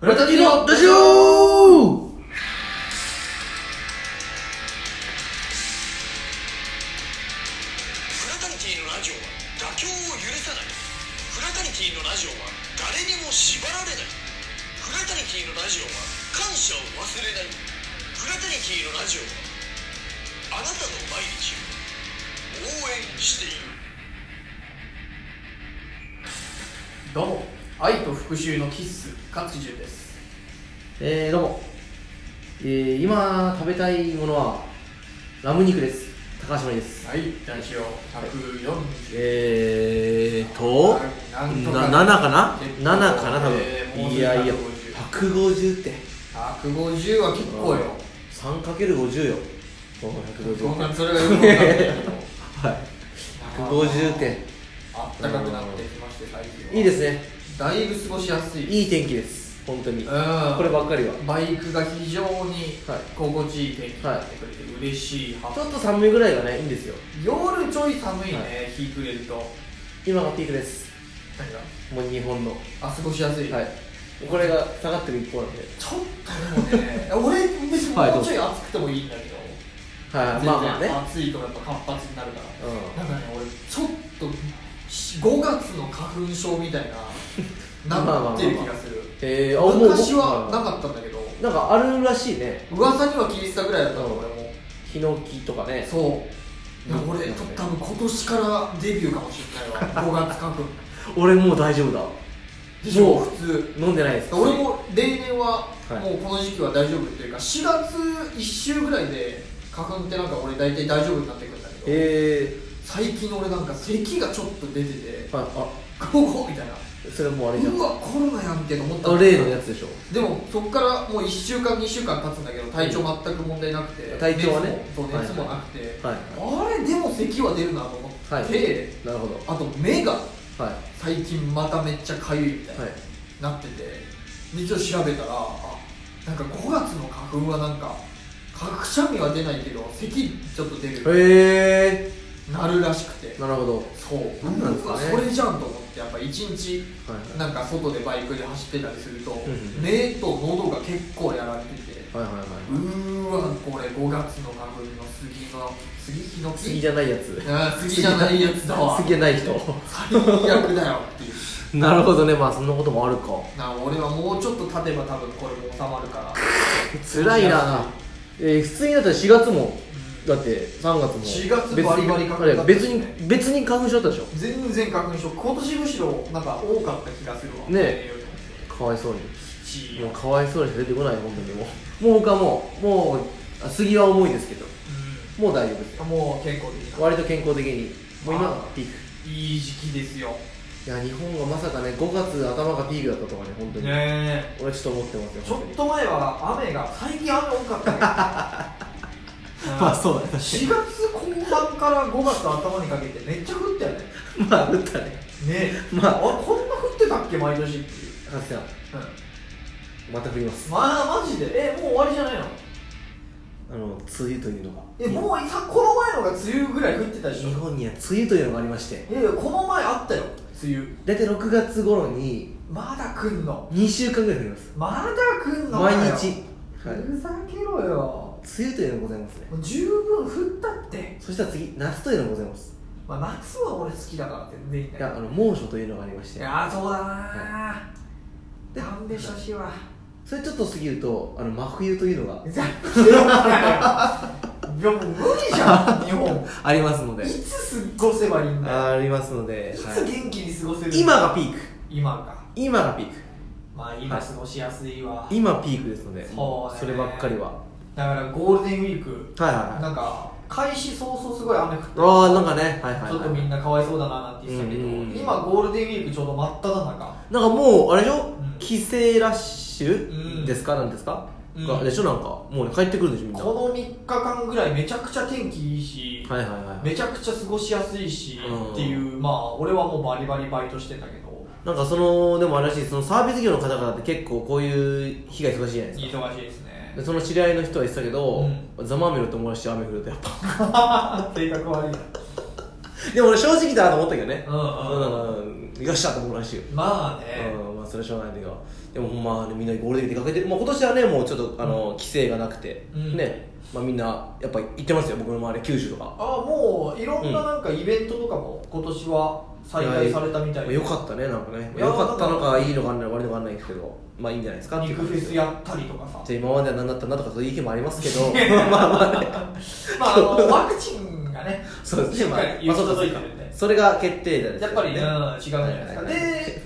村田のラジオフラタニティのラジオは妥協を許さないフラタニティのラジオは誰にも縛られないフラタニティのラジオは感謝を忘れないフラタニティのラジオはあなたの毎日を応援しているどうも愛と復讐のキッス勝地潤ですえー、どうも、えー、今食べたいものはラム肉です高橋真理ですはい代表140えーとなんとかな7かな結構7かな多分、えーもうすぐいやいや150 150って150は結構よ 3×50 よおそん150なそれがよくわかんないけどはい150点あったかくなってきまして最近はいいですねだいぶ過ごしやすいいい天気です本当にうんこればっかりはバイクが非常にはい心地いい天気になってくれて嬉しいはちょっと寒いぐらいがねいいんですよ夜ちょい寒いね、は日暮れると今がピークです何がもう日本のはあ過ごしやすい、いこれが下がってる一方なんでちょっとでもね俺別にはいもどううぞちょい暑くてもいいんだけどはいはいまあまあね暑いとやっぱ活発になるからうなんかね俺ちょっとし5月の花粉症みたい なまあまあまあまなあってる気がするんえー、あもう昔はなかったんだけどなんかあるらしいね噂には聞いてたぐらいだったの俺もヒノキとかねそういや俺うんと多分今年からデビューかもしれない わ5月花粉俺もう大丈夫だでしょもう普通飲んでないです俺も例年ははいもうこの時期は大丈夫っていうか4月1週ぐらいで花粉ってなんか俺大体大丈夫になってくるんだけどえ最近俺なんか咳がちょっと出ててー、ああゴーゴーみたいなそれもうあれじゃんうわコロナやんけと思ったあ例のやつでしょでもそこからもう1週間2週間経つんだけど体調全く問題なくて体調はね熱もそう熱もはいなくて、はいあれでも咳は出るなと思って、はいなるほどあと目がはい最近まためっちゃ痒いみたいにはいなってて、で一応調べたらあなんか5月の花粉はなんかくしゃみは出ないけど咳ちょっと出るえなるらしくてー、なるほどはそうなんなんですうかわねそれじゃんと思ってやっぱ一日いはなんか外でバイクで走ってたりすると、んうん目と喉が結構やられていてはいはいはいうーわこれ5月の花粉の杉の杉ヒノ次キじゃないやつあー杉じゃないやつだわ次じゃない 人最悪だよっていうなるほどねまあそんなこともあるかな俺はもうちょっと経てば多分これも収まるから辛いなえー、普通にだったら4月もだって3月も4月バリバリかかる別に別に花粉症だったでし全然花粉症今年むしろなんか多かった気がするわねえょかわいそうに1位もうはかわいそうにしか出てこない本当にもうもう他もうもうあ杉は重いですけどもう大丈夫ですようんもう健康的な割と健康的にもうあ今ーピークいい時期ですよいや日本がまさかね5月頭がピークだったとかね本当に、ねえ俺はちょっと思ってますよちょ本当っにと前は雨が最近雨多かったけど まあそうだね4月後半から5月頭にかけてめっちゃ降ったよねねまあ打ったねえまああこんな降ってたっけ毎年っていう、勝瀬さんまた降りますまあマジでえもう終わりじゃないのあの梅雨というのがえもうさこの前のが梅雨ぐらい降ってたでしょ日本には梅雨というのがありましていやいやこの前あったよ梅雨大体6月頃にまだ来んの2週間ぐらい降りますまだ来んのか毎よ日、はい、梅ふざけろよ雨というのがございますねもう十分降ったって、そしたら次夏というのがございますまあ、夏は俺好きだから全然いいんだいけどやあの猛暑というのがありましいてやーそうだなーで勘弁してほしいわそれちょっと過ぎるとあの真冬というの がふざけろよいやもう無理じゃん日本ありますのでいつ過ごせばいいんだよありますのでい、つはい元気に過ごせる今がピーク今か今がピークまあ今過ごしやすいわ今ピークですのでそうねればっかりははだからゴールデンウィークいはいはいなんか開始早々すごい雨降ってああなんかねはいはい、はい、ちょっとみんなかわいそうだななんて言ってたけど、うん今ゴールデンウィークちょうど真っ只中なんかもうあれでしょ、うん帰省ラッシうんュですか、なんですか、うんがでしょなんかもう、ね、帰ってくるでしょみんなはこの3日間ぐらいめちゃくちゃ天気いいし、いはいはいめちゃくちゃ過ごしやすいし、うんっていうまあ俺はもうバリバリバイトしてんだけどなんかそのでもあれらしいそのサービス業の方々って結構こういう被害忙しいじゃないですか忙しいですねでその知り合いの人 は言ってたけど、ざまみろって思うし雨降るとやっぱ性格悪いな でも俺正直だなと思ったけどねうんうんうんうんよっしゃと思うらしいよまあね、うんまあそれはしょうがないけどでもまあみんなゴールデンウィーク出かけてる、まあ、今年はねもうちょっとあの、規制がなくて、うんね、まあ、みんなやっぱ行ってますよ僕の周り九州とかああもういろんななんかイベントとかも今年は再開されたみたいまあで、よかったねなんかねいやよかったのかいいのか悪いのかわかんないですけどまあいいんじゃないですかってい肉うフェスやったりとかさじゃあ今までは何 だったんだとかそういう意見もありますけど まあまあねまああのワクチンがね そうですしっねまかありま行あきそうかそ届ういてかるんでそれが決定じゃないですやっぱり、うん、違うんじゃないですか、はいはいはいで、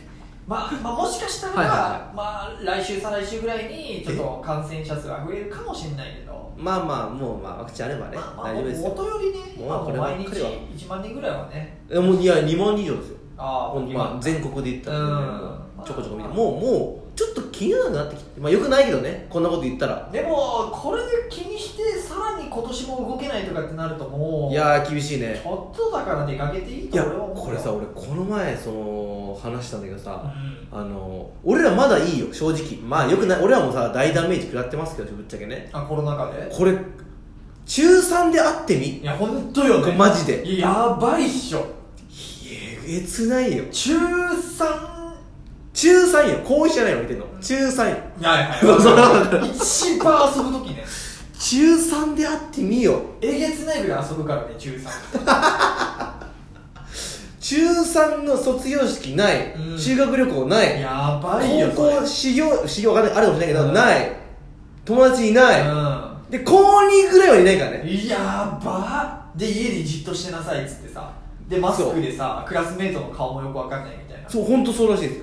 まあ、まあもしかしたら、はいはまあ来週再来週ぐらいにちょっと感染者数が増えるかもしれないけどまあまあもうまあワクチンあればね、まあ、まあ、大丈夫ですよ元よりね、もう今もこうればっ毎かり日は1万人ぐらいはね、えもういや2万人以上ですよああ、まあ、全国で言ったら、ねうんもうちょこちょこ見てもうもうちょっと気にならなくなってきてまあよくないけどねこんなこと言ったらでも、これで気にして、さらに今年も動けないとかってなると、もう、いやー厳しいちねょっとだから出かけていいいとや俺は思うよこれさ、俺この前その話したんだけどうさ、ん、あの俺らまだいいよ正直まあよくない俺らもさ大ダメージ食らってますけどぶっちゃけねあコロナ禍で、これ中3で会ってみいや、本当よね、マジでいややばいっしょ、えげつないよ中3、中3よ高1じゃないよ見てんの中3よいやいやい そうそうや、一番遊ぶときね、中3で会ってみよえげつないぐらい遊ぶからね、中3、 中3の卒業式ない、うん修学旅行ないやばいよ、高校そ修行修行がねあるかもしれないけど、うんない友達いなれい、うんで高2ぐらいはいないからねやばっで家でじっとしてなさいっつってさでマスクでさクラスメートの顔もよくわかんないみたいなそう本当そうらしいで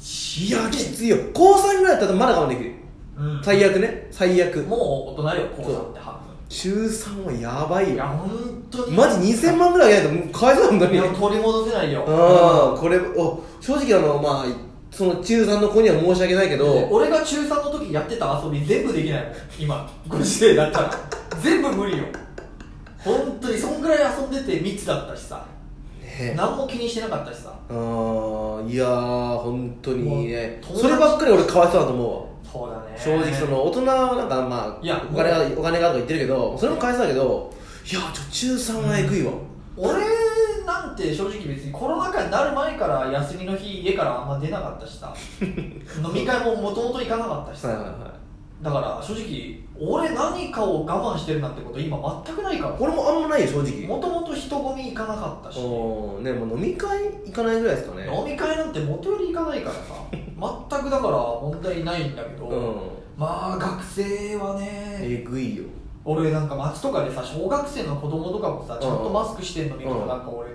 すよいやきついよ高3ぐらいだったらまだ我慢できるうん最悪ね最悪もう大人よ高3って半中3はやば分いいやよ本当にマジ2000万ぐらいあげないともうかわいそうなんだいねや取り戻せないようんこれお正直あのまあその中3の子には申し訳ないけでど俺が中3の時やってた遊び全部できないもん今ご時世だったら 全部無理よ本当にそんぐらい遊んでて密だったしさね何も気にしてなかったしさうんいやー本当にねもう友達そればっかり俺かわいそうだと思うわそうだね正直その大人はなんかまあいやお金がお金がとか言ってるけどそれも返せたけどいやちょ中3はえぐいわ、俺なんて正直別にコロナ禍になる前から休みの日家からあんま出なかった しさ飲み会ももともと行かなかったしさ、はいはいはだから正直俺何かを我慢してるなんてこと今全くないからい俺もあんまないよ正直もともと人混み行かなかったし飲おーねもう飲み会行かないぐらいですかねみ会なんて元より行かないからさ 全くだから問題ないんだけど、うんまあ学生はねえぐいよ俺なんか街とかでさ小学生の子供とかもさちゃんとマスクしてんの見るとうんなんか俺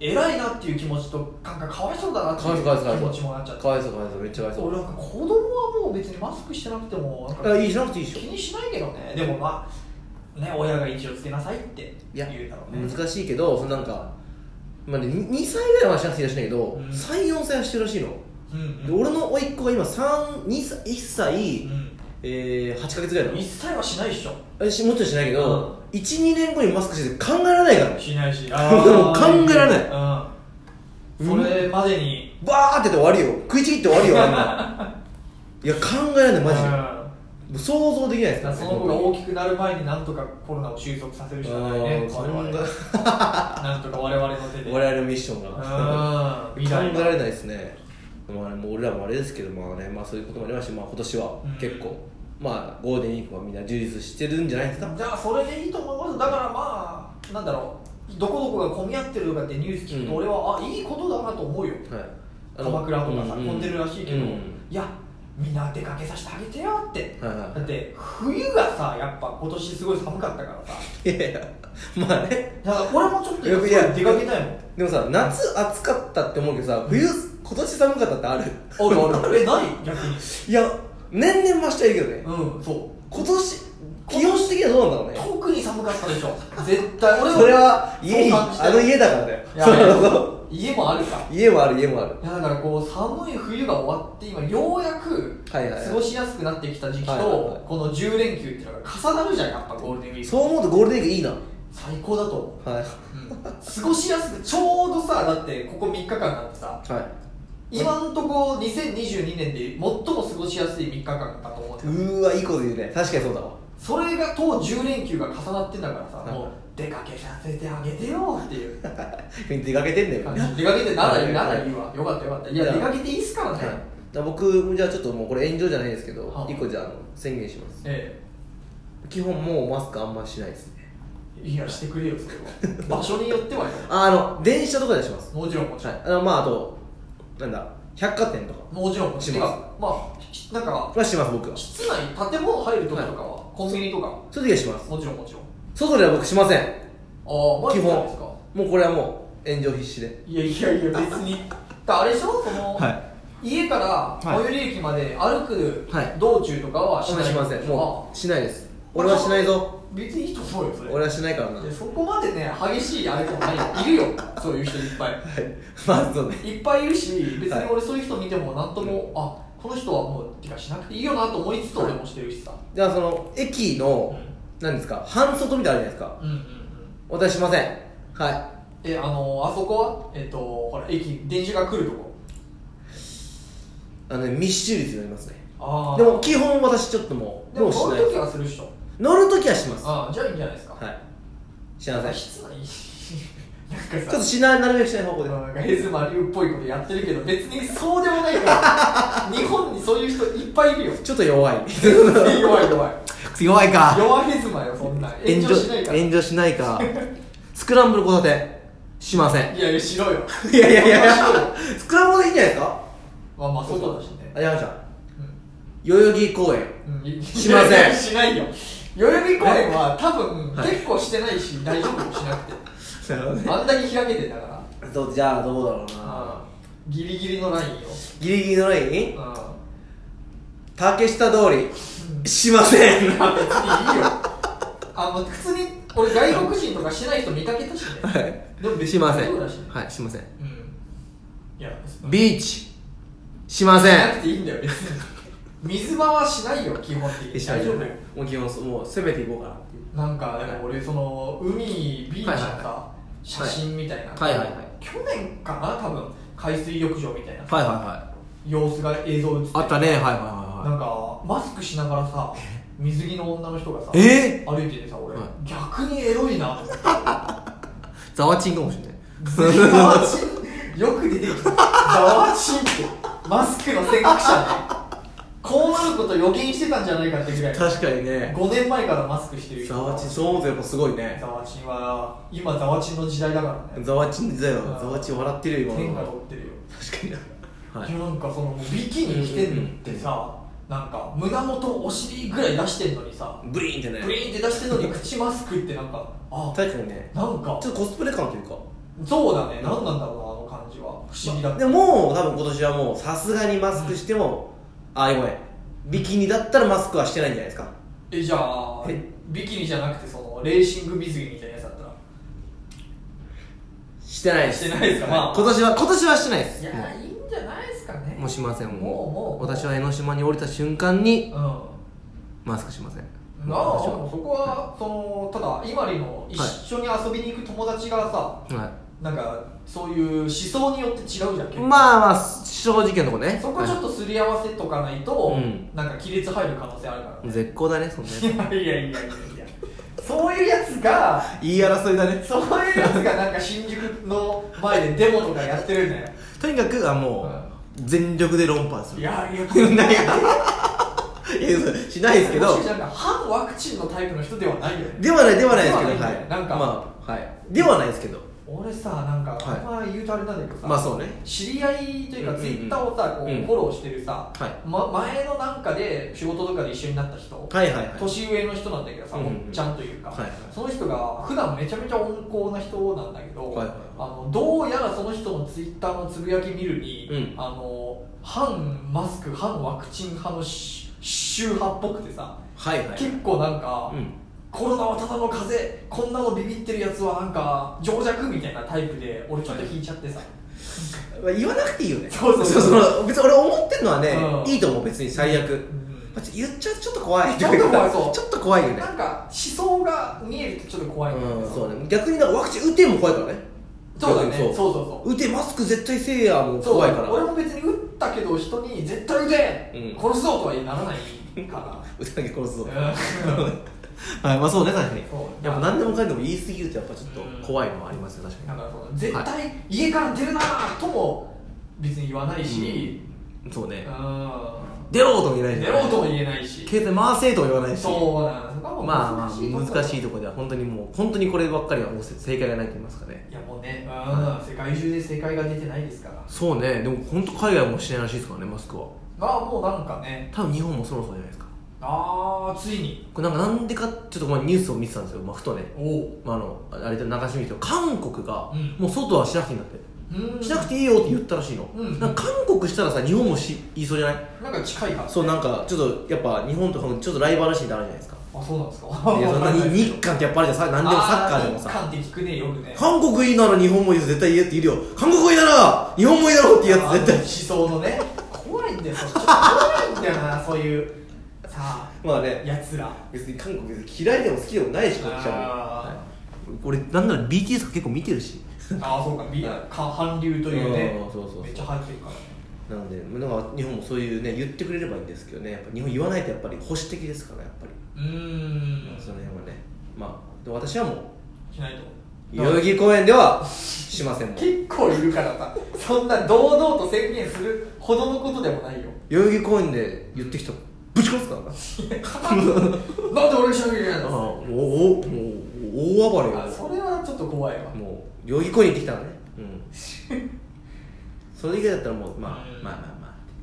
偉いなっていう気持ちとなんかかわいそうだなっていかわいそうかわいそうう気持ちもなっちゃってかわいそうかわいそうめっちゃかわいそう俺なんか子供はもう別にマスクしてなくてもなんあかいいしなくていいで気しょにしないけどねでもまあね親が位置をつけなさいっていや言うだろうね難しいけどそのなんかまあね、2, 歳ぐらいはしなくていいらしいんだけど、うん34歳はしてるらしいの、うんでうん俺の甥っ子が今3 2歳1歳、うんえー、8か月ぐらいなの一切はしないっしょえしもちろんしないけど、12年後にマスクしてて考えられないからねしないし考えられないうんそれまでにバーってやって終わりよ食いちぎって終わりよあんな いや考えられないマジでうんもう想像できないでだすからその子が大きくなる前になんとかコロナを収束させるしかないねあ我々ー考なんとか我々の手え で我々のミッションが考うん未来えらがれないですねまあねもう俺らもあれですけどまあねまあそういうこともありますしまあ今年は結構、まあゴールデンウィークはみんな充実してるんじゃないですかじゃあそれでいいと思いますだからまあなんだろうどこどこが混み合ってるとかってニュース聞くとうん俺は、あいいことだなと思うよはいあの鎌倉とかさ、混んでるらしいけど、うんいやみんな出かけさせてあげてよって、はいはいだって冬がさやっぱ今年すごい寒かったから さいやいやまあねだから俺もちょっとよくいや出かけたいもんでもさ夏暑かったって思うけどさ冬今年寒かったってあるおいおいえない逆にいや年々増してはいるけどねうんそ今年気温的にはどうなんだろううね特に寒かったでしょ絶対俺それは家にそう感じたあの家だからだよいや そうそうそう家もあるか家もある家もあるいやだからこう寒い冬が終わって今ようやく過はいはいはいごしやすくなってきた時期はいはいはいとこの10連休っていうのが重なるじゃんやっぱゴールデンウィークそう思うとゴールデンウィークいいな最高だと思う、はい過ごしやすくちょうどさだってここ3日間なんてさは今んとこ2022年で最も過ごしやすい3日間だと思ういうんだよーわいいこと言うね確かにそうだわそれがと10連休が重なってんだからさ、いもう出かけさせてあげてよっていう出かけてんだよ感ねじ出かけてならいはいいならいいわよかったよかったいやいや出かけていいっすからね、だから僕じゃあちょっともうこれ炎上じゃないですけどはい一個じゃああの宣言しますえ基本もうマスクあんましないですねえいやしてくれよそれは場所によってはよああの電車とかでしますもちろんもちろはん、いあのまああとなんだ百貨店とかもちろんもちろしんますてかまあひなんかはします僕は室内建物入るとことかは、コンビニとかそういう時はしますもちろんもちろん外では僕しませんああマジ基で本ですかもうこれはもう炎上必至でいやいやいや別にだあれでしょその、は家から最寄り駅まで歩くはい道中とかはししなまい、しませんもうしないですあ俺はしないぞあ別にいいと思うよそれ俺はしないからなはい でそこまでね激しいあれでもないよいるよそういう人いっぱいまあそうねいっぱいいるし別はにい俺そういう人見てもなんとも、あこの人はもうてかしなくていいよなと思いつつ俺もしてるしさ、じゃあその駅の何ですか半袖みたいなのあるじゃないですかうんうんうん私しませんはえあのあそこはえっとほら駅電車が来るとこいあのね密集率になりますねあでも基本私ちょっともうでももうし乗なるいときはするっしょ乗るときはしますはああじゃあいいんじゃないですか、いしませんち室内なょんかっさとしないなるべくしない方向でなんかヘズマリュウっぽいことやってるけど別にそうでもないから日本にそういう人いっぱいいるよちょっと弱い弱い弱い 弱いか弱ヘズマよそんなん炎上しないからい 炎上しない かスクランブル交差点しませんやいやしろよいやいやいやいやしろよスクランブルでいいんじゃないですかまあまあ外だしねあやました代々木公園うんうんしませんいやいや しないよ代々木公園は多分はい結構してないし大丈夫よしなくてなるほあんだけ開けてんだからどじゃあどうだろうなあーギリギリのラインよギリギリのラインあ竹下通りしませんあ別にいいよあの普通に俺外国人とかしてない人見かけたしね、はいでも別しにま大せ丈ん夫だしねはいしませんうんいや、ビーチしませなくんていいんだよ、別に。水場はしないよ、基本的に。大丈夫よ。もう基本そうもう攻めていこうかなっていうなんか、でも俺、その、海、ビーチのはいはいさは、写真みたいな。はいはいはい去年かな、多分、海水浴場みたいな。はいはいはい様子が映像映って。あったねはいはいなはんか、マスクしながらさ、水着の女の人がさ、いはいえ歩いててさ、俺はい、逆にエロいなと思って。ー、ざわちんかもしれないザワチンよく出てきたザワチンってマスクの先駆者ねこうなること予見してたんじゃないかってぐら い確かにね5年前からマスクしてる人ざわちんそう思うとやっぱすごいねザワチンは今ザワチンの時代だからねざわちんだようんざわちん笑ってるよ天今がの取ってるよ、確かにはいいやなんかそのビキニ着てんのってさ、なんか胸元お尻ぐらい出してんのにさブリーンってねブリーンって出してんのに口マスクってなんかあ確かにねなんかちょっとコスプレ感というかそうだね何なんだろうなあの感じは不思議だったでももう多分今年はもうさすがにマスクしても、あごめんビキニだったらマスクはしてないんじゃないですかえじゃあえビキニじゃなくてそのレーシング水着みたいなやつだったらしてないですしてないですかはまあ今年は今年はしてないですもいいんじゃないですかねうもうしませんもうもうもう私は江ノ島に降りた瞬間にうんマスクしませんまあ私そこはそのただ今里の一緒に遊びに行く友達がさ、は、はなんかそういう思想によって違うじゃん結い、構まあまあ正直なとこねそこはちょっとすり合わせとかないと、うんなんか亀裂入る可能性あるからはい絶好だねそんなやついやいやいやいやいやそういうやつが言い争いだねそういうやつがなんか新宿の前でデモとかやってるんだよとにかくあもう、全力で論破すいるやいやなんやいやそうしないですけどもしなんか反ワクチンのタイプの人ではないよねではないではないですけどでははないいなんかまあはいではないですけど俺さなんかはいあんま言うとあれなんだけどさ、まあそうね知り合いといううかんうんツうイんッターをさこううんフォローしてるさ、はいま、前のなんかで仕事とかで一緒になった人、はいはいはい年上の人なんだけどさ、うんうんおっちゃんというか、はいはいその人が普段めちゃめちゃ温厚な人なんだけど、はいはいあのどうやらその人のツイッターのつぶやき見るに、うんあの反マスク反ワクチン派のし宗派っぽくてさはいはい結構なんか、うんコロナはただの風邪こんなのビビってるやつはなんか情弱みたいなタイプで俺ちょっと引いちゃってさ、まあ言わなくていいよねそうそうそうの別に俺思ってるのはねうんいいと思う別に最悪うんまあちょ言っちゃうとちょっと怖いちょっと怖いそうちょっと怖いよねなんか思想が見えるとちょっと怖いんだようんそうね逆になんかワクチン打ても怖いからねそうだね逆そにうそうそう打てマスク絶対せえやもうそう怖いから俺も別に打ったけど人に絶対打て、うん殺すぞとはならないか 打たなきゃ殺すぞらうんはい、まあそうね、確かに。そうやっぱ何でもかんでも言い過ぎるとやっぱちょっと怖いのはありますよ確なかんかその絶対家から出るなとも別に言わないし、にそうねうん、出ろうとも言えないし。出ろうとも言えないし、経済回せとも言わないし。そうなんですよまあまあ、難しいいとところでは、本当にもう、本当にこればっかりはもう正解がないと言いますかね。こいやもうね、うん、世界中で正解が出てないですからそうね、でも本当海外もしてないらしいですからね、マスクは。ああもうなんかね多分日本もそろそろじゃないですか。ああついにこれなんかなんでか、ちょっとこのニュースを見てたんですよ、まあ、ふとね。おおまあ、あの、あれで流し見てたけど韓国がうん、もう外はしなくていいんだって。うんしなくていいよって言ったらしいの。うんなんか韓国したらさ、日本もし言いそうじゃないなんか近いからそうなんかちょっとやっぱ日本とかもちょっとライバル心ってあるじゃないですかあそうなんですかいやそんなに日韓韓ってやっぱりじゃん何でもサッカーでも日韓さって聞くねよく ね韓国いいなら日本もいいぞ絶対言えっているよ韓国いいなら日本もいいだろうっていうやつ絶対思想のね怖いんだよそっち怖いんだよなそういうさまああねやつら別に韓国別に嫌いでも好きでもないしこっちはあ俺なんなら BTS 結構見てるしーあーそうかみんなは韓流というねうんそうそうそうめっちゃ入ってるからねなのでなんか日本もそういうね言ってくれればいいんですけどねやっぱ日本言わないとやっぱり保守的ですからやっぱり、うーんその辺はねまあで私はもうしないと代々木公園ではしませんもん代結構いるからさそんな堂々と宣言するほどのことでもな いよ 々木公園で言ってきたらぶち殺すからななんで俺にしなきゃいけないああのもうおもう大暴れあよそれはちょっと怖いわもう代々木公園行ってきたのねうんそれ以外だったらもうまあうんまあまあ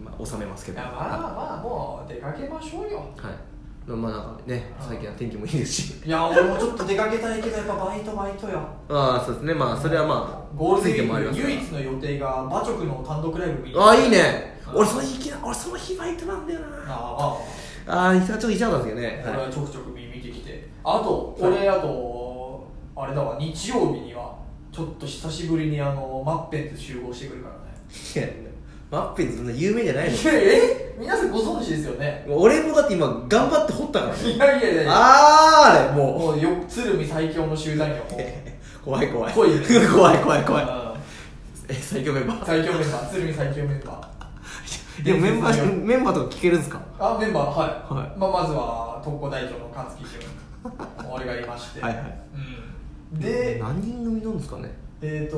まあまあ収めますけいどやまあまあもう出かけましょうよはいまあなんかね最近は天気もいいです しいや俺もちょっと出かけたいけどやっぱバイトバイトよああそうですねまあそれはまあゴールデンウもありィーまクすから唯一の予定が馬直の単独ライブ見にああいいねあー俺その日俺その日バイトなんだよなあああちょっと行っちゃったんですけどあね、俺ははちょくちょく見てきてあと俺あとあれだわ日曜日にはちょっと久しぶりにあのマッペンズ集合してくるからねい、いやマッピーズそんな有名じゃないの え皆さんご存知ですよね俺もだって今頑張って掘ったからねいやいやいやいやあーあれもうもうよ鶴見最強の集団よもう 怖い怖い濃い 怖い怖い怖いうんえ最強メンバー最強メンバー鶴見最強メンバーでもメンバーメンバーとか聞けるんですかあメンバーはい、はいまあ、まずは特攻隊長の勝木君俺がいましてはいはいうん、で何人組なんですかねえっ、と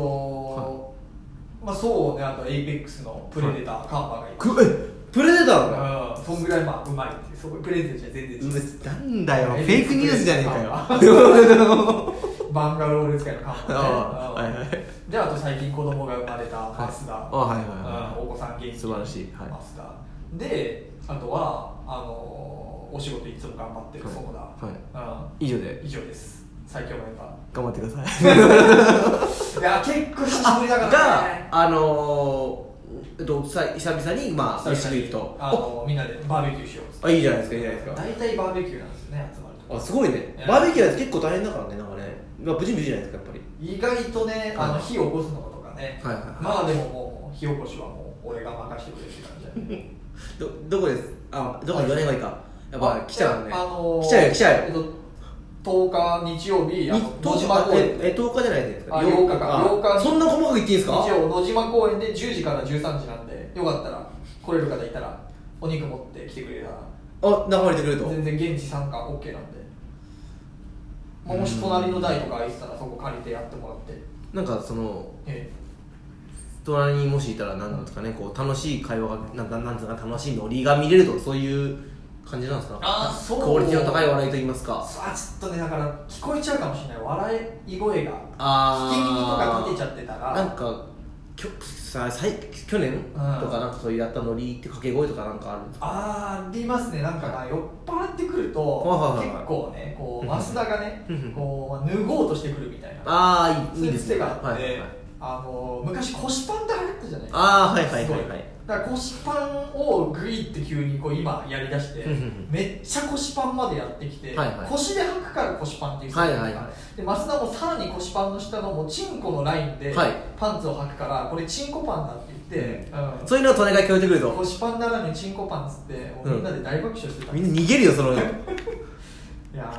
まあそうねあとエイペックスのプレデター、カンパがいくえプレデターなのまうんそんぐらいまあうまいっていうそこプレデターじゃ全然違うなんだよフェイクニュースじゃねえかよあバンガロール使いのカンパねあはいはいうんであと最近子供が生まれたマスダ、あはいはいはうんお子さん元い気素晴らしいはいマスダであとはあのーお仕事いつも頑張ってるはい園田、うん以上で以上です最強メンバ頑張ってくださいーいや結構久しぶりだからねがあのーえっとさ久々にまあ飯久食々いに行くとあのみんなでバーベキューしようっつってあいいじゃないですかいいじゃないですか大体バーベキューなんですよね集まるとあすごいねうんバーベキューやつ結構大変だからねなんかねまあ無事無事じゃないですかやっぱり意外とねあの火を起こすのとかね、はいはいはいまあでももう火起こしはもう俺が任せてくれって感じだねどどこですあどこ言わない方がいいかやっぱ来ちゃうねあのー来ちゃうよ来ちゃうえっよと10日日曜日あの野島あ公園ええ10日じゃないですかあ8日かあ8日にそんな細かく言っていいんです日か曜野島公園で10時から13時なんでよかったら来れる方いたらお肉持って来てくれたらあ流れてくれると全然現地参加 OK なんで、まあ、もし隣の台とか空いてたらそこ借りてやってもらって、なんかそのえ隣にもしいたらなんですかねこう楽しい会話がなんなんなんですか楽しいノリが見れるとそういう感じなんですかあーそうクオリティの高い笑いと言いますかあちょっとねだから聞こえちゃうかもしれない笑い声が引あきー耳とか立てちゃってたらなんかきょささい去年とかなんかそういうやったノリって掛け声とかなんかあるんですかあーありますねなんかな酔っ払ってくるとはいはいはい結構ねこう増田がねうんこう脱ごうとしてくるみたいなああそいういいいいうで癖すがあっはいて、はいはいあの昔腰パンって流行ったじゃないあーはいはいすごはいはいだから腰パンをグイって急にこう今やりだしてうんうんうんめっちゃ腰パンまでやってきて、はいはい腰で履くから腰パンっていう人はいはいはで増田もさらに腰パンの下のもうチンコのラインではいパンツを履くから、これチンコパンだって言って、うんそういうのは隣が聞こえてくると腰パンならぬチンコパンっつってもうみんなで大爆笑してた、みんな逃げるよそ のいや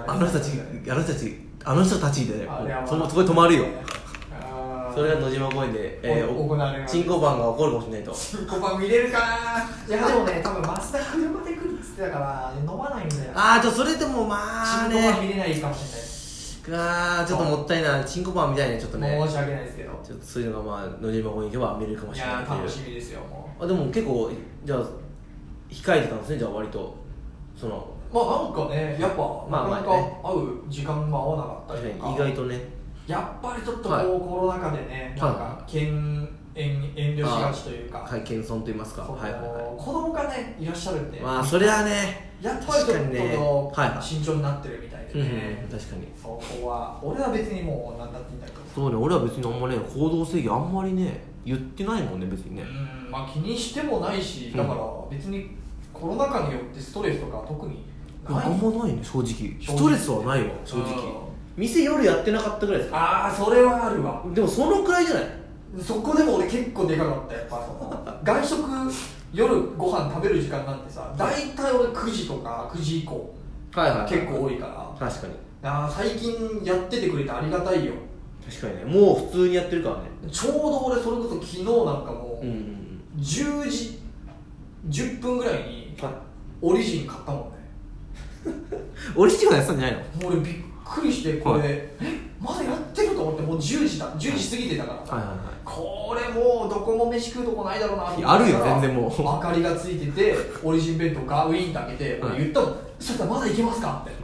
ーあの人たちあの人たちあの人たちであれはそのそこで止まるよあそれは野島公園で、えー、お行われるチンコパンが起こるかもしれないと コパ見れるかないやでもね多分増田車で来るっつってたから飲まないんだよああちょそれでもまあ新コパ見ねれないかもしれあーちょっともったいなチンコパンみたいねちょっとない、ね申し訳ないですけどちょっとそういうのがまあ野島公園行けば見れるかもいしれないやとーいう楽しみですよもあでも結構じゃあ控えてたんですねじゃあ割とそのうまあなんかねやっぱ、まあまあなねかなか会う時間が合わなかっ確かたりにとか意外とねやっぱりちょっとこう、はいコロナ禍でねなんか敬遠遠遠慮しがちというか、はい謙遜と言いますかそのはいはいは子供がねいらっしゃるんで、いまあそれはねやっぱりちょっと、確かにねはいはい慎重になってるみたいでうんね、うん確かにそこは俺は別にもう何だっていいんだけどそうね俺は別にあんまね行動制限あんまりね言ってないもんね別にねうんまあ気にしてもないしだから別にコロナ禍によってストレスとか特にいやなあいんまないね正直ストレスはないわ正直うん店夜やってなかったぐらいですかああそれはあるわでもそのくらいじゃないそこでも俺結構でかかったやっぱその外食夜ご飯食べる時間なんてさ大体俺9時とか9時以降はいはい、結構多いから確かにあー最近やっててくれてありがたいよ確かにねもう普通にやってるからねちょうど俺それこそ昨日なんかもうんうんうんう10時10分ぐらいにはいオリジン買ったもんね俺自身がやってたんじゃないのもう俺びっくりしてこれ、はいえまだやってると思ってもう10時だ10時過ぎてたからさ、はいはいはいこれもうどこも飯食うとこないだろうなと思ってあるよ全然もう明かりがついて てオリジン弁当ガウィーンだけで、はい俺言ったもんそしたらまだいけますかって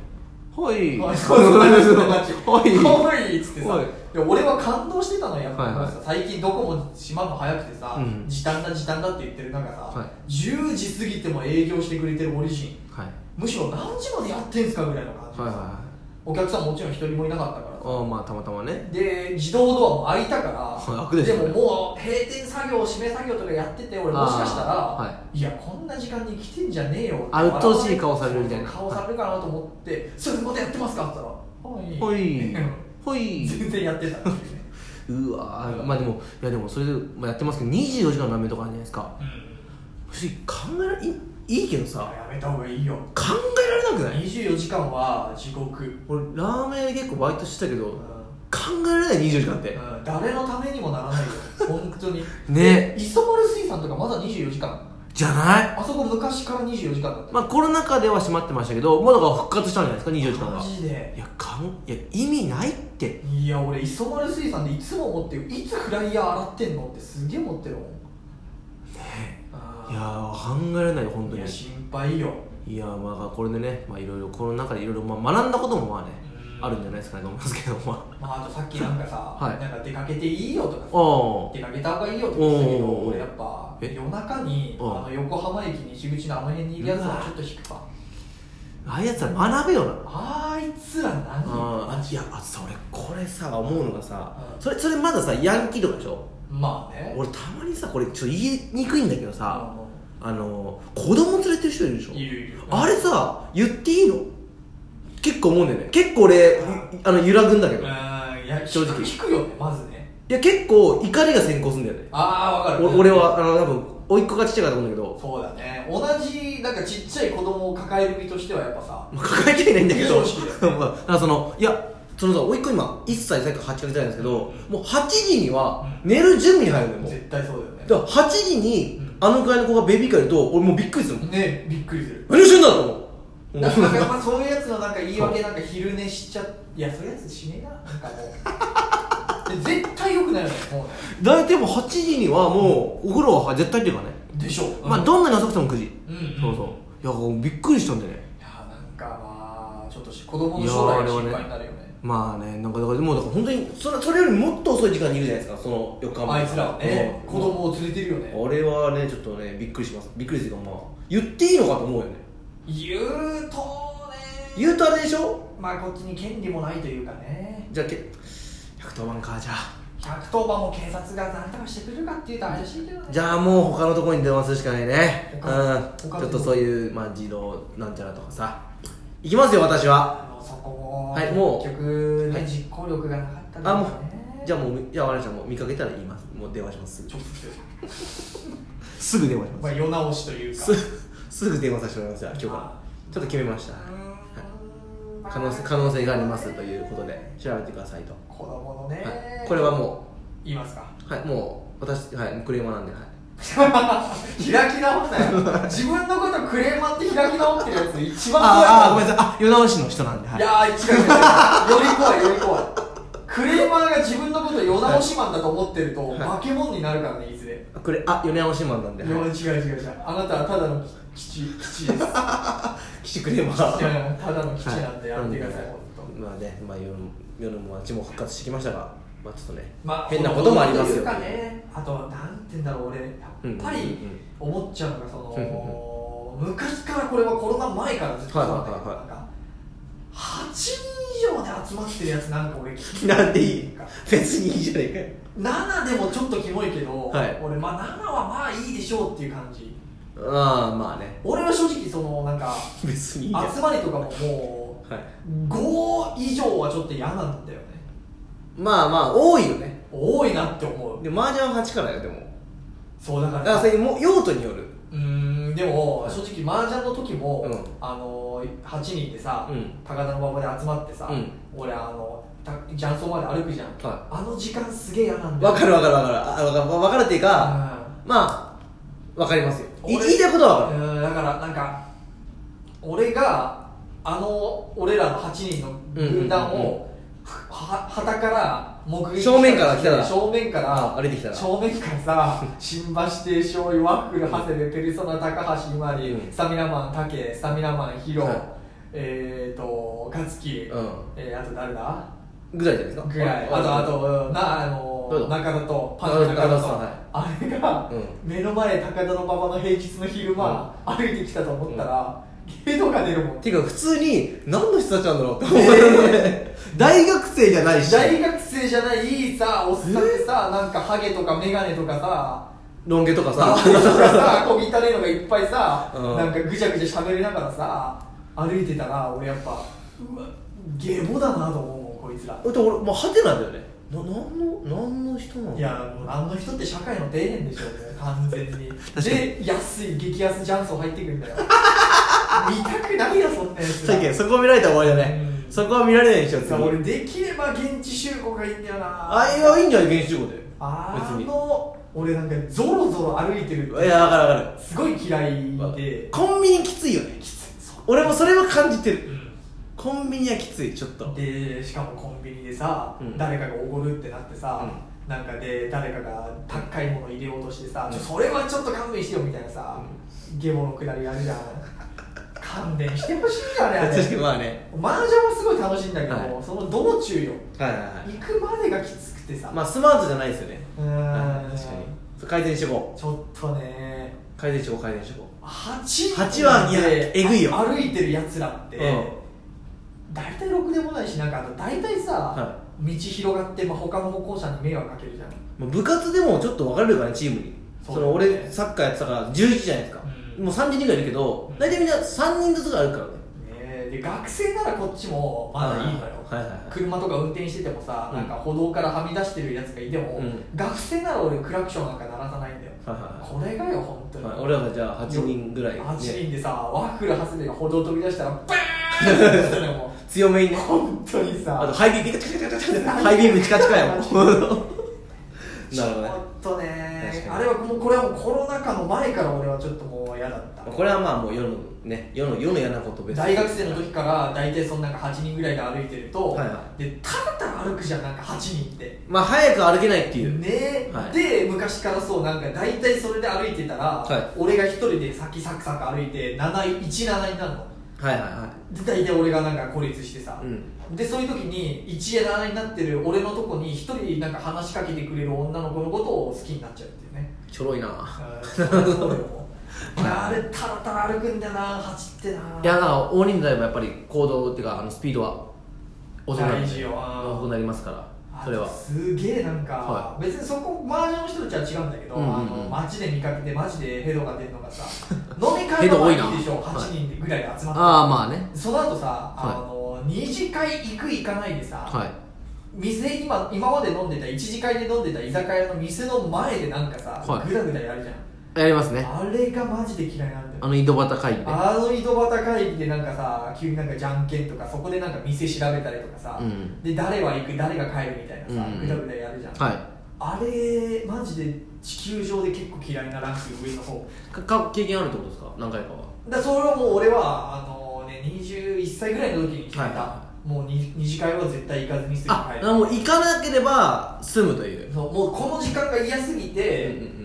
はいはいそう そうそうそうはいはいっつってさ、はいで俺は感動してたのよやっぱ、はいはい最近どこも閉まるの早くてさ、うん時短だ時短だって言ってる中さ、は10時過ぎても営業してくれてるオリジンはいむしろ何時までやってんすかぐらいの感じでさ、はいはお客さんもちろん一人もいなかったからいああまあたまたまねで自動ドアも開いたから、はい開くでしょももう閉店作業締め作業とかやってて俺もしかしたら、、あーはいやこんな時間に来てんじゃねえよってあうっとうしい顔されるみたいな顔されるかなと思って、それでまたやってますかって言ったらほはい いほい 全然やってたっていうね、うわーまあでもいやでもそれでまあやってますけど24時間のラーメンとかあるじゃないですか不思議考えられいいいけどさやめた方がいいよ考えられなくない24時間は地獄、うん俺ラーメン屋で結構バイトしてたけど考えられない24時間ってうん誰のためにもならないよ本当にね磯丸水産とかまだ24時間じゃないあそこ昔から24時間だったよまあコロナ禍では閉まってましたけどもうだから復活したんじゃないですか24時間マがジでいやかんいや意味ないっていや俺磯丸水産でいつも思ってるいつフライヤー洗ってんのってすげえ思ってるもんねいやー考えられないよ本当いにや心配よいやまあこれでねまあいろいろコロナ禍でいろいろまあ学んだこともまあねうんあるんじゃないですかねと思いますけどまあまああとさっきなんかさ、はいなんか出かけていいよとかさあ出かけた方がいいよとか言ってたけどおうおうおう俺やっぱえ夜中にあおうの横浜駅西口のあの辺にいるやつはちょっと引くかあああいうやつは学べよなあいつら何ああいやあとさ俺これさ思うのがさうんそれそれまださヤンキーとかでしょまあね俺たまにさこれちょっと言いにくいんだけどさうんあの子供連れてる人いるでしょいるいるあれさ言っていいの結構思うんだよね結構俺あの揺らぐんだけうどいんいや正直引くよねまずねや結構怒りが先行するんだよねああ分かるお俺はあの多分甥っ子がちっちゃいからと思うんだけど、そうだね同じなんかちっちゃい子供を抱える身としてはやっぱさまあ、抱えきれないんだけど非常識だよ まあだからそのいやそのさ甥っ子今1歳最下8ヶ月ぐらいなんですけどもう8時には寝る準備に入るのよもう絶対そうだだよから8時にうんあのくらいの子がベビーカーいると俺もうびっくりするもんねねびっくりする何をしてんだと思うなんかやっぱそういうやつのなんか言い訳なんか昼寝しちゃいやそういうやつしねえななんかもう で絶対良くないよねもうね 大体もう8時にはもうお風呂は絶対っていうかね、でしょまあうんどんなに遅くても9時、うんうんそうそういやびっくりしたんでねいやなんかまあちょっとし子供の将来が心配になるよねまあねなんかだからもうだから本当にそれそれよりもっと遅い時間にいるじゃないですかその横浜あいつらはねうん子供を連れてるよね俺はねちょっとねびっくりしますびっくりするかまあ言っていいのかと思うよね言うとね言うとあれでしょまあこっちに権利もないというかねじゃあけ110番かじゃあ110番も警察が何とかしてくれるかっていうと怪しいけどねじゃあもう他のところに電話するしかないねう他ん他ちょっとそういうまあ自動なんちゃらとかさ行きますよ私はあのそこも、はいもう結局、はねい実行力がなかったんだあよもうねじゃああもうみじゃあ私はもう見かけたら言いますもう電話しますちょっと待ってすぐ電話しままあ世直しというかすすすぐ電話させてもらいますよ今日はあちょっと決めましたうーん可能性可能性がありますということで調べてくださいと子供のね、はいこれはも言います かはいもう私はいクレーマーなんではい開き直ったよ自分のことクレーマーって開き直ってるやつ一番怖いああごめんなさいあ世直しの人なんではいやー違う違う違うより怖いより怖いクレーマーが自分のこと世直しマンだと思ってると、化け物になるからねいずれ、クレあ世直しマンなんでいやはい違う違う違うあなたはただの吉 吉ですい岸クレーマーやいやただの吉なんでやってください、は本当。まあね、まあ、夜も夜も街も復活してきましたが、まあ、ちょっとね、まあ、変なこともありますといようかねあとなんて言うんだろう俺やっぱり思っちゃうのがその、昔からこれはコロナ前からずっとそうなんだけど、はいはいはいはいなんか8人以上で集まってるやつなんか俺聞なんでいい別にいいじゃねえ7でもちょっとキモいけど、はい俺まあ7はまあいいでしょうっていう感じかよああまあね俺は正直そのなんか別にいいじゃん集まりとかももはいう5以上はちょっと嫌なんだよねまあまあ多いよね多いなって思うで麻雀は8からよでもそうだからだからそれも用途によるうーんでもはい正直麻雀の時も、うんあのー8人でさ、うん高田馬場で集まってさ、うん俺あのた雀荘まで歩くじゃん、はあの時間すげえ嫌なんだよわかるわかるわかるあわかわかるっていうかうまあわかりますよい俺言いたいことはわかるんうんだからなんか俺があの俺らの8人の軍団うんうんうんをははたから目撃正面から来たら正面から歩いてきたら正面か らさ新橋亭醤油ワッフル長谷部ペルソナ高橋ひまり、うんスタミナマン竹スタミナマンヒロ、はいえっ、ー、と勝樹、うえーあと誰だんぐらいじゃないですかぐらいあとあとうんなあどうのぞ中田とパンの中中田と田さんはいあれがう目の前高田の馬場の平日の昼間歩いてきたと思ったらゲートが出るもっんていうか普通に何の人たちなんだろうって思うよね大学生じゃないし大学生じゃないさおっさんでさなんかハゲとかメガネとか さロン毛とかさささ小汚いのがいっぱいさうんなんかぐちゃぐちゃ喋りながらさ歩いてたら俺やっぱうわゲボだなと思うもんこいつら俺もうハテナだよねな何の何の人なのいやもうあの人って社会の底辺でしょもう完全に確かにで安い激安ジャンソー入ってくるん だよ見たくないよそんなやつさっきそこ見られたら終わりだねうんそこは見られないでしょさ俺できれば現地集合がいいんだよなあいやいいんじゃない原始語であ別にの俺なんかゾロゾロ歩いてるっていやわかるわかるすごい嫌いでコンビニきついよねきつそ俺もそれは感じてるうコンビニはきついちょっとでしかもコンビニでさ、うん誰かがおごるってなってさ、なんかで誰かが高いもの入れようとしてさ、ちょそれはちょっと勘弁してよみたいなさ、ゲボのくだりあ るじゃん勘弁してほしいよねあれ確かにまあねマージャンもすごい楽しいんだけど、はいその道中よはいはいは行くまでがきつくてさ、いまあスマートじゃないですよねうーんはい確かにそう改善していこちょっとねう改善していこう改善していこ8八はいやえぐいよ歩いてるやつらって、う大体ろくでもないしなんかあと大体さ、は道広がって、まあ、他の歩行者に迷惑かけるじゃんうもう部活でもちょっと分かれるからねチームにそそうの俺サッカーやってたから11じゃないですかうんもう3人ぐらいいるけど大体みんな3人ずつがあるからねねえで学生ならこっちもまだいいのよ、はいはいはい車とか運転しててもさ、うんなんか歩道からはみ出してるやつがいても、うん学生なら俺クラクションなんか鳴らさないんだよ、はいはいはいこれがよ本当に、はい俺らがじゃあ8人ぐらいね8人でさワッフル外れが歩道飛び出したらバーンってなったのよ もう強めにね本当にさあとハイビームチカチカチカチカチハイビームチカチカ やもんなるほどねちょっと確ねかにあれはもうこれはもうコロナ禍の前から俺はちょっともう嫌だったこれはまあもう世のね世の世の嫌なこと別に大学生の時から大体そのなんか8人ぐらいで歩いてると、はいはでたらたら歩くじゃんなんか8人ってまあ早く歩けないっていう、ね、はいで昔からそうなんか大体それで歩いてたら、は俺が一人で先サクサク歩いて7 17になるのはいはいはで大体俺がなんか孤立してさい、、うん、でそういう時に1や7になってる俺のとこに一人なんか話しかけてくれる女の子のことを好きになっちゃうっていうねちょろいなあれたらたら歩くんだよな走ってないやだから大人数でもやっぱり行動っていうかあのスピードは遅くなる大事よあー遅くなりますからそれはあとすげえなんか、は別にそこマージャンの人たちは違うんだけど、うんうんうんあの街で見かけてマジでヘドが出る のがさ飲み会ヘドの多いいいなでしょはい8人ぐらい集まって、ああまあねその後さあの、二次会行く行かないでさ、はい店今今まで飲んでた一次会で飲んでた居酒屋の店の前でなんかさ、はいぐだぐだやるじゃんやりますねあれがマジで嫌いなんだよあの井戸端会議であの井戸端会議でなんかさ急になんかじゃんけんとかそこでなんか店調べたりとかさ、うんで誰は行く誰が帰るみたいなさうんぐだぐだやるじゃん、はいあれマジで地球上で結構嫌いなランク上の方かか経験あるってことですか何回かはだそれはもう俺はあの、ね、21歳ぐらいの時に決めた、はもうに二次会は絶対行かずにすぐあ帰だるからもう行かなければ済むというそうもうこの時間が嫌すぎうんて、うんうん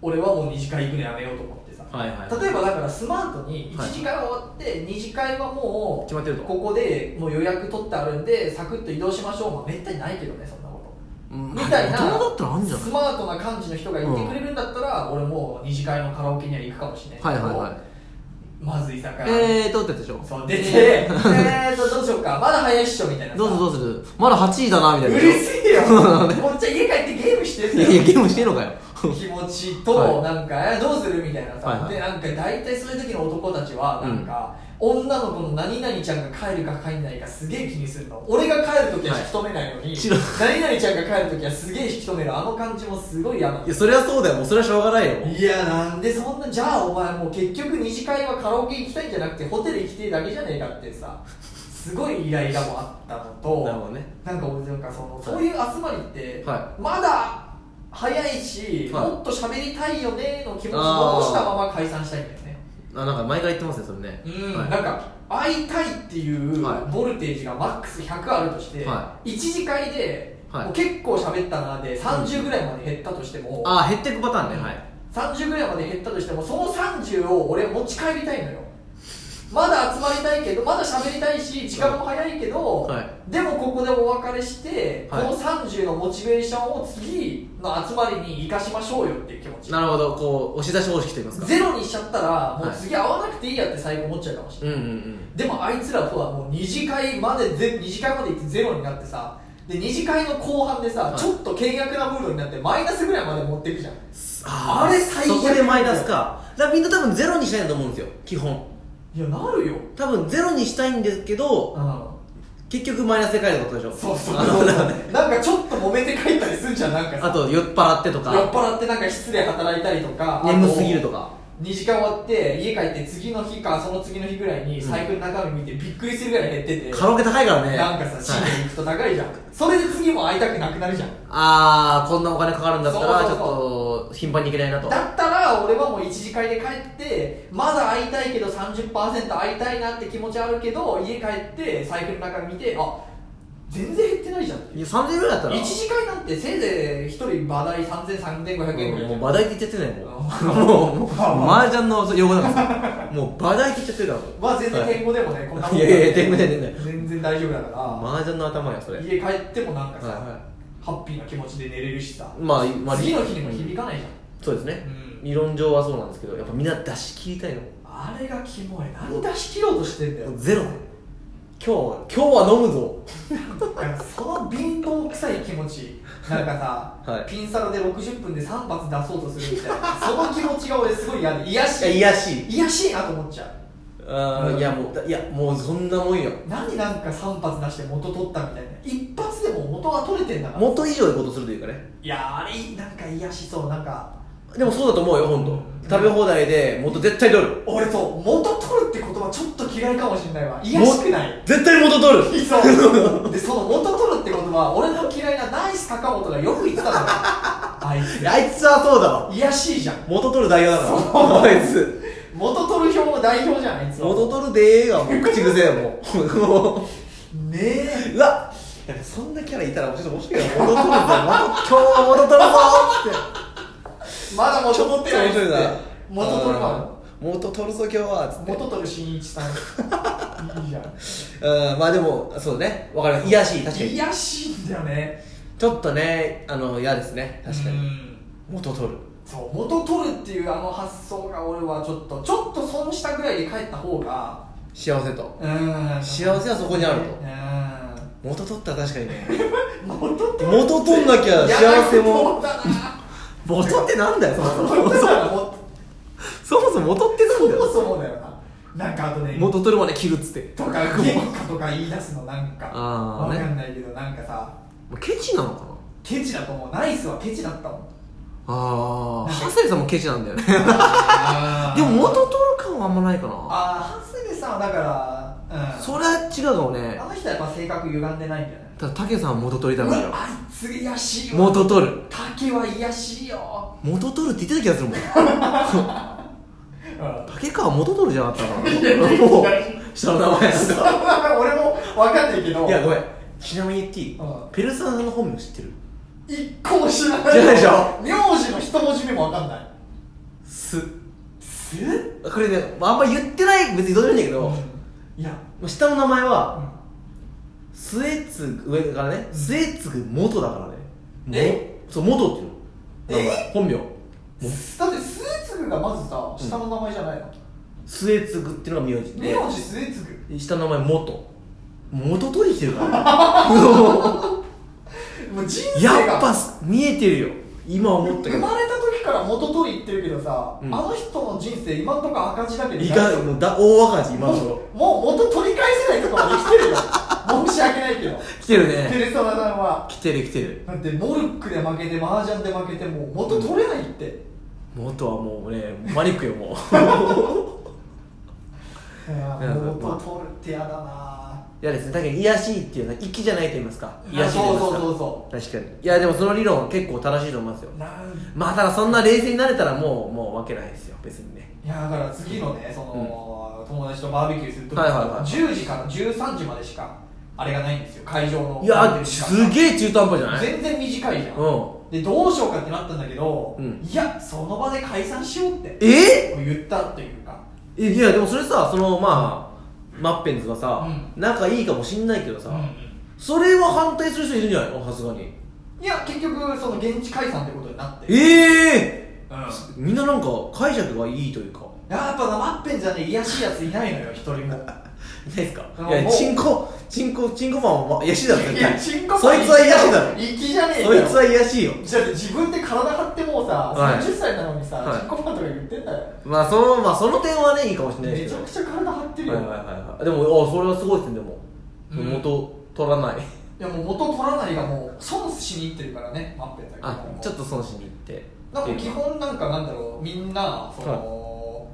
俺はもう二次会行くのやめようと思ってさ、はいはい例えばだからスマートにはい1次会終わって2次会はもう決まってるとここでもう予約取ってあるんでサクッと移動しましょうまあめったにないけどねそんなこうんみたいな大人だったらあるんじとゃないスマートな感じの人がいてくれるんだったら、俺もう2次会のカラオケには行くかもしれなはいいけど、はいはいまず居酒屋、えーとってやつでしょそう出てえーとどうしようかまだ早いっしょみたいなさどうするどうするまだ8位だなみたいなうるせえ よこっちは家帰ってゲームしていんだやよいやゲームしてんのかよ 気持ちと、はいなんかえどうするみたいなさ、はいはいでなんか大体そういう時の男たちはうんなんか、女の子の何々ちゃんが帰るか帰んないかすげえ気にするの俺が帰る時は引き止めないのに、知らん何々ちゃんが帰る時はすげえ引き止めるあの感じもすごい嫌なのいやそりゃそうだよもうそれはしょうがないよいやなんでそんなじゃあお前もう結局二次会はカラオケ行きたいんじゃなくてホテル行きたいだけじゃねえかってさすごいイライラもあったのとなるほどねなんか俺なんかそのそういう集まりって、はまだ早いし、はいもっと喋りたいよねの気持ちを残したまま解散したいんだよねあなんか毎回言ってますねそれねうん、はいなんか会いたいっていうはいボルテージがマックス100あるとして、は一次会で、はいもう結構喋ったなで30ぐらいまで減ったとしても、あー減っていくパターンねはい30ぐらいまで減ったとしてもその30を俺持ち帰りたいのよまだ集まりたいけどまだ喋りたいし時間も早いけど、はいでもここでお別れして、はいこの30のモチベーションを次の集まりに生かしましょうよっていう気持ちなるほどこう押し出し方式といいますかゼロにしちゃったらもうはい次会わなくていいやって最後思っちゃうかもしれない、うんうんうんでもあいつらとはもう二次会までぜ二次会まで行ってゼロになってさで二次会の後半でさ、いちょっと険悪なムードになってマイナスぐらいまで持っていくじゃんあーあれ最悪そこでマイナスかだからみんな多分ゼロにしたいんだと思うんですよ基本いやなるよ多分ゼロにしたいんですけど結局マイナスで帰るってことでしょそうそうあのだからねなんかちょっと揉めて帰ったりすんじゃんなんかさあと酔っ払ってと酔っか払ってなんか失礼働いたりとか眠すぎるとかか2時間終わって家帰って次の日かその次の日ぐらいに財布の中身見てびっくりするぐらい減ってて、カラオケ高いからねなんかさ深夜行くと高いじゃん、それで次も会いたくなくなるじゃんああこんなお金かかるんだったらそちょうそうっそうと頻繁に行けないなとだったら俺はもう1次会で帰ってまだ会いたいけど30%会いたいなって気持ちあるけど家帰って財布の中見てあ全然減ってないじゃんいや3000円ぐらいだったら1次会なんてせいぜい1人場代30003500円ぐらいじもゃうん話題って言っちゃってないもあんもうもう麻雀の用語なんです よもう話題って言っちゃってるからまあ全然天狗でもねこんなもんいやいや天狗で全然全然大丈夫だか麻雀の頭やそれらはい家帰ってもなんかさはハッピーな気持ちで寝れるしさいまあまあ次の日にも響かないじゃんそうですねうん理論上はそうなんですけどやっぱみんな出し切りたいのあれがキモい何出し切ろうとしてんだよゼロ今日は今日は飲むぞその貧乏臭い気持ちなんか さ、はいピンサロで60分で3発出そうとするみたいなその気持ちが俺すごい嫌で癒やしいいやしい癒しいなと思っちゃうあーいやもういやもうそんなもんよ何なんか3発出して元取ったみたいな一発でも元が取れてんだから元以上でことするというかねいやーあれなんか癒やしそうなんかでもそうだと思うよ本当食べ放題で元絶対取る俺そう元取るって言葉ちょっと嫌いかもしれないわ癒やしくないも絶対元取るそうでその元取るって言葉俺の嫌いなナイス高本がよく言ってたのよあいついやあいつはそうだわ癒やしいじゃん元取る代表だから あいつ元取る表の代表じゃんあいつは元取るでーがもう口癖やもう もねえううわなんかそんなキャラいたらちょっと面白いな元取るぞまた今日は元取るぞーっまだ元取っててないっ面つっ白いてな元取るわうん元取るぞ今日はっつって元取る新一さんいいじゃんうんまあでもそうねわかります癒やしい確か癒にやしいんだよねちょっとねあの嫌ですね確かうにん元取るそう元取るっていうあの発想が俺はちょっとちょっと損したぐらいで帰った方が幸せとうん幸せはそこにあるとう元取ったら確かにねん元取る元取んなきゃ幸せも嫌なことだな元ってなんだよそも そも元だなもそもそも元ってなんだそもよそもだよななんかあとね元取るまで切るっつってとか喧嘩とか言い出すのなんかあわーねかんないけどなんかさケチなのかなケチだと思うナイスはケチだったもんああなんかハセさんもケチなん だよねあでも元取る感はあんまないかなあー長谷部さんはだからうんそれは違うかもねあの人はやっぱ性格歪んでないんじゃないただ武さんは元取りだうかわらよあいつ癒しいわ元取る竹は癒しいよ元取るって言ってた気がするもんうん竹川元取るじゃなかったかなもう下の名前なんだ俺も分かんないけどいやごめんちなみに言っていいうんペルソナの本名知ってる一個も知らない知らないでしょ名字の一文字目も分かんないすすこれねあんま言ってない別にどうでもいいんだけどいや下の名前うはん末継上からね末継元だからねえもそう元っていうの名前本名もうだって末次がまずさ下の名前じゃないの末継っていうのが名字で名字末次下の名前元元取りしてるから ねもう人生がやっぱ見えてるよ今思ったけ生どまれた時から元取り言ってるけどさ、うんあの人の人生今んとこ赤字だけど意外もうだ大赤字今ものうと こもう元取り返せないとかまで来てるよ申し訳ないけどろ来てるペねルソナさんは来てる来てるだってモルックで負けて麻雀で負けてもう元取れないって、元はもうねマリックよ もうあいやー元取るってやだないやですねだけど癒やしいっていうのは粋じゃないと言いますか癒やしいと言そいうますそうかそうそ確かにいやでもその理論は結構正しいと思いますようなんまあただそんな冷静になれたらもうもうわけないですよ別にねいやだから次のねその、友達とバーベキューするとき、はいはいはい10時から13時までしかあれがないんですよ会場のいやーすげえ中途半端じゃない全然短いじゃん、うんでどうしようかってなったんだけど、うんいやその場で解散しようってえ言ったというかえいやでもそれさそのまあマッペンズがさ、う仲いいかもしんないけどさ、うんそれは反対する人いるんじゃないのさすがにいや結局その現地解散ってことになってええうんー、みんななんか解釈がいいというかやっぱなマッペンじゃね癒やしいやついないのよ一人もいないですかあいやもうチンコチンコチンコマンは癒やしだろ絶い対やチンコそいつは癒やしだろ生きじゃねえそいつは癒やしいよじゃあ自分で体張ってもうさ、はい30歳なのにさ、はいチンコパンとか言ってんだよまあそのまあその点はねいいかもしれないめですけちゃどくちゃ体張ってるよ、はいいはいはいはいでもあそれはすごいですねでも、うん元取 らないやもう元取らないがもう損しにいってるからねマッペンだけどあもちょっと損しに行ってなんか基本なんかなんだろうみんなその、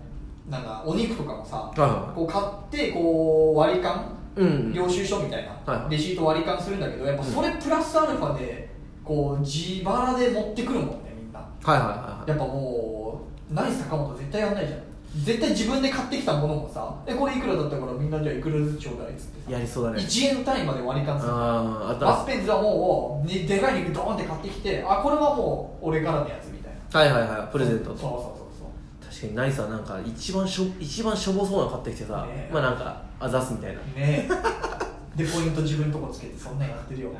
なんかお肉とかもさはいはこう買ってこう割り勘、いうん領収書みたいな、はいレシート割り勘するんだけどやっぱそれプラスアルファでこう自腹で持ってくるもんねみんなはいはいはいやっぱもうない坂本絶対やんないじゃん絶対自分で買ってきたものもさえこれいくらだったからみんなじゃあいくらずつちょうだいっつってやりそうだね1円単位まで割り勘するあああったマスペンズはもう、ね、でかい肉ドーンって買ってきてあこれはもう俺からのやつみたいなはいはいはいプレゼントそうそうそう確かにナイスはなんか一番しょ一番しょぼそうなの買ってきてさ、ねえまあなんかあざすみたいなそうねえでポイント自分のとこつけてそんなんやってるよ本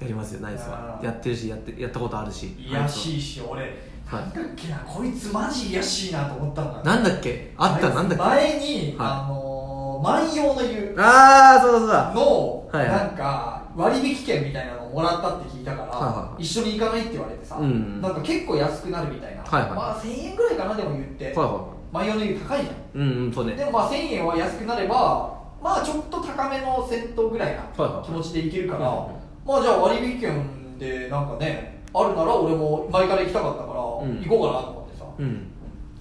やりますよナイスはあーやってるしやってやったことあるし当に癒やしいし俺なんだっけなこいつマジ癒やしいなと思ったんだなんだっけあったいつなんだっけ前に、はいあのー万葉の湯ああそうだそうだの、はいはいなんか割引券みたいなのもらったって聞いたから、はいはい一緒に行かないって言われてさ、うんなんか結構安くなるみたいな、はいはいまあ1000円ぐらいかなでも言って、はいはマイオネー高いじゃん、いうんうんそうねでもまあ1000円は安くなればまあちょっと高めの銭湯ぐらいなはいはい気持ちでいけるから、はいはいまあじゃあ割引券でなんかねあるなら俺も前から行きたかったかんら、行こうかなと思ってさ、うん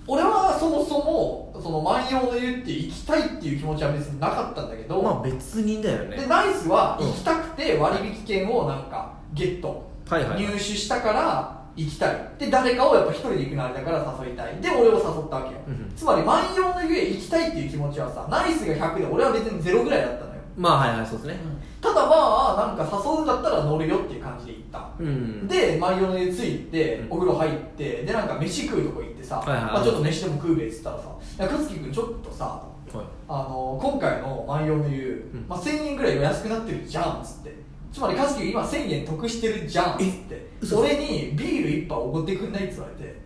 俺はそもそもその万葉の湯って行きたいっていう気持ちは別になかったんだけど、まあ別にだよでねナイスは行きたくて割引券をなんかゲット、はいはいはい入手したから行きたいで誰かをやっぱ一人で行くのあれだから誘いたいで俺を誘ったわけよ、うんうんつまり万葉の湯へ行きたいっていう気持ちはさナイスが100で俺は別に0ぐらいだったのよ、まあはいはいそうですねただまあなんか誘うんだったら乗るよっていう感じで行ったうんで、万葉の湯着いて、うんお風呂入って、で、なんか飯食うとこ行ってさ、はいはいまあ、ちょっと飯でも食うべっつったらさ、いや、勝樹君ちょっとさ、はいあの今回の万葉の湯、うんまあ、1000円ぐらいお安くなってるじゃんっつってつまり和樹今1000円得してるじゃんっつって嘘俺にビール一杯おごってくんないっつ言われて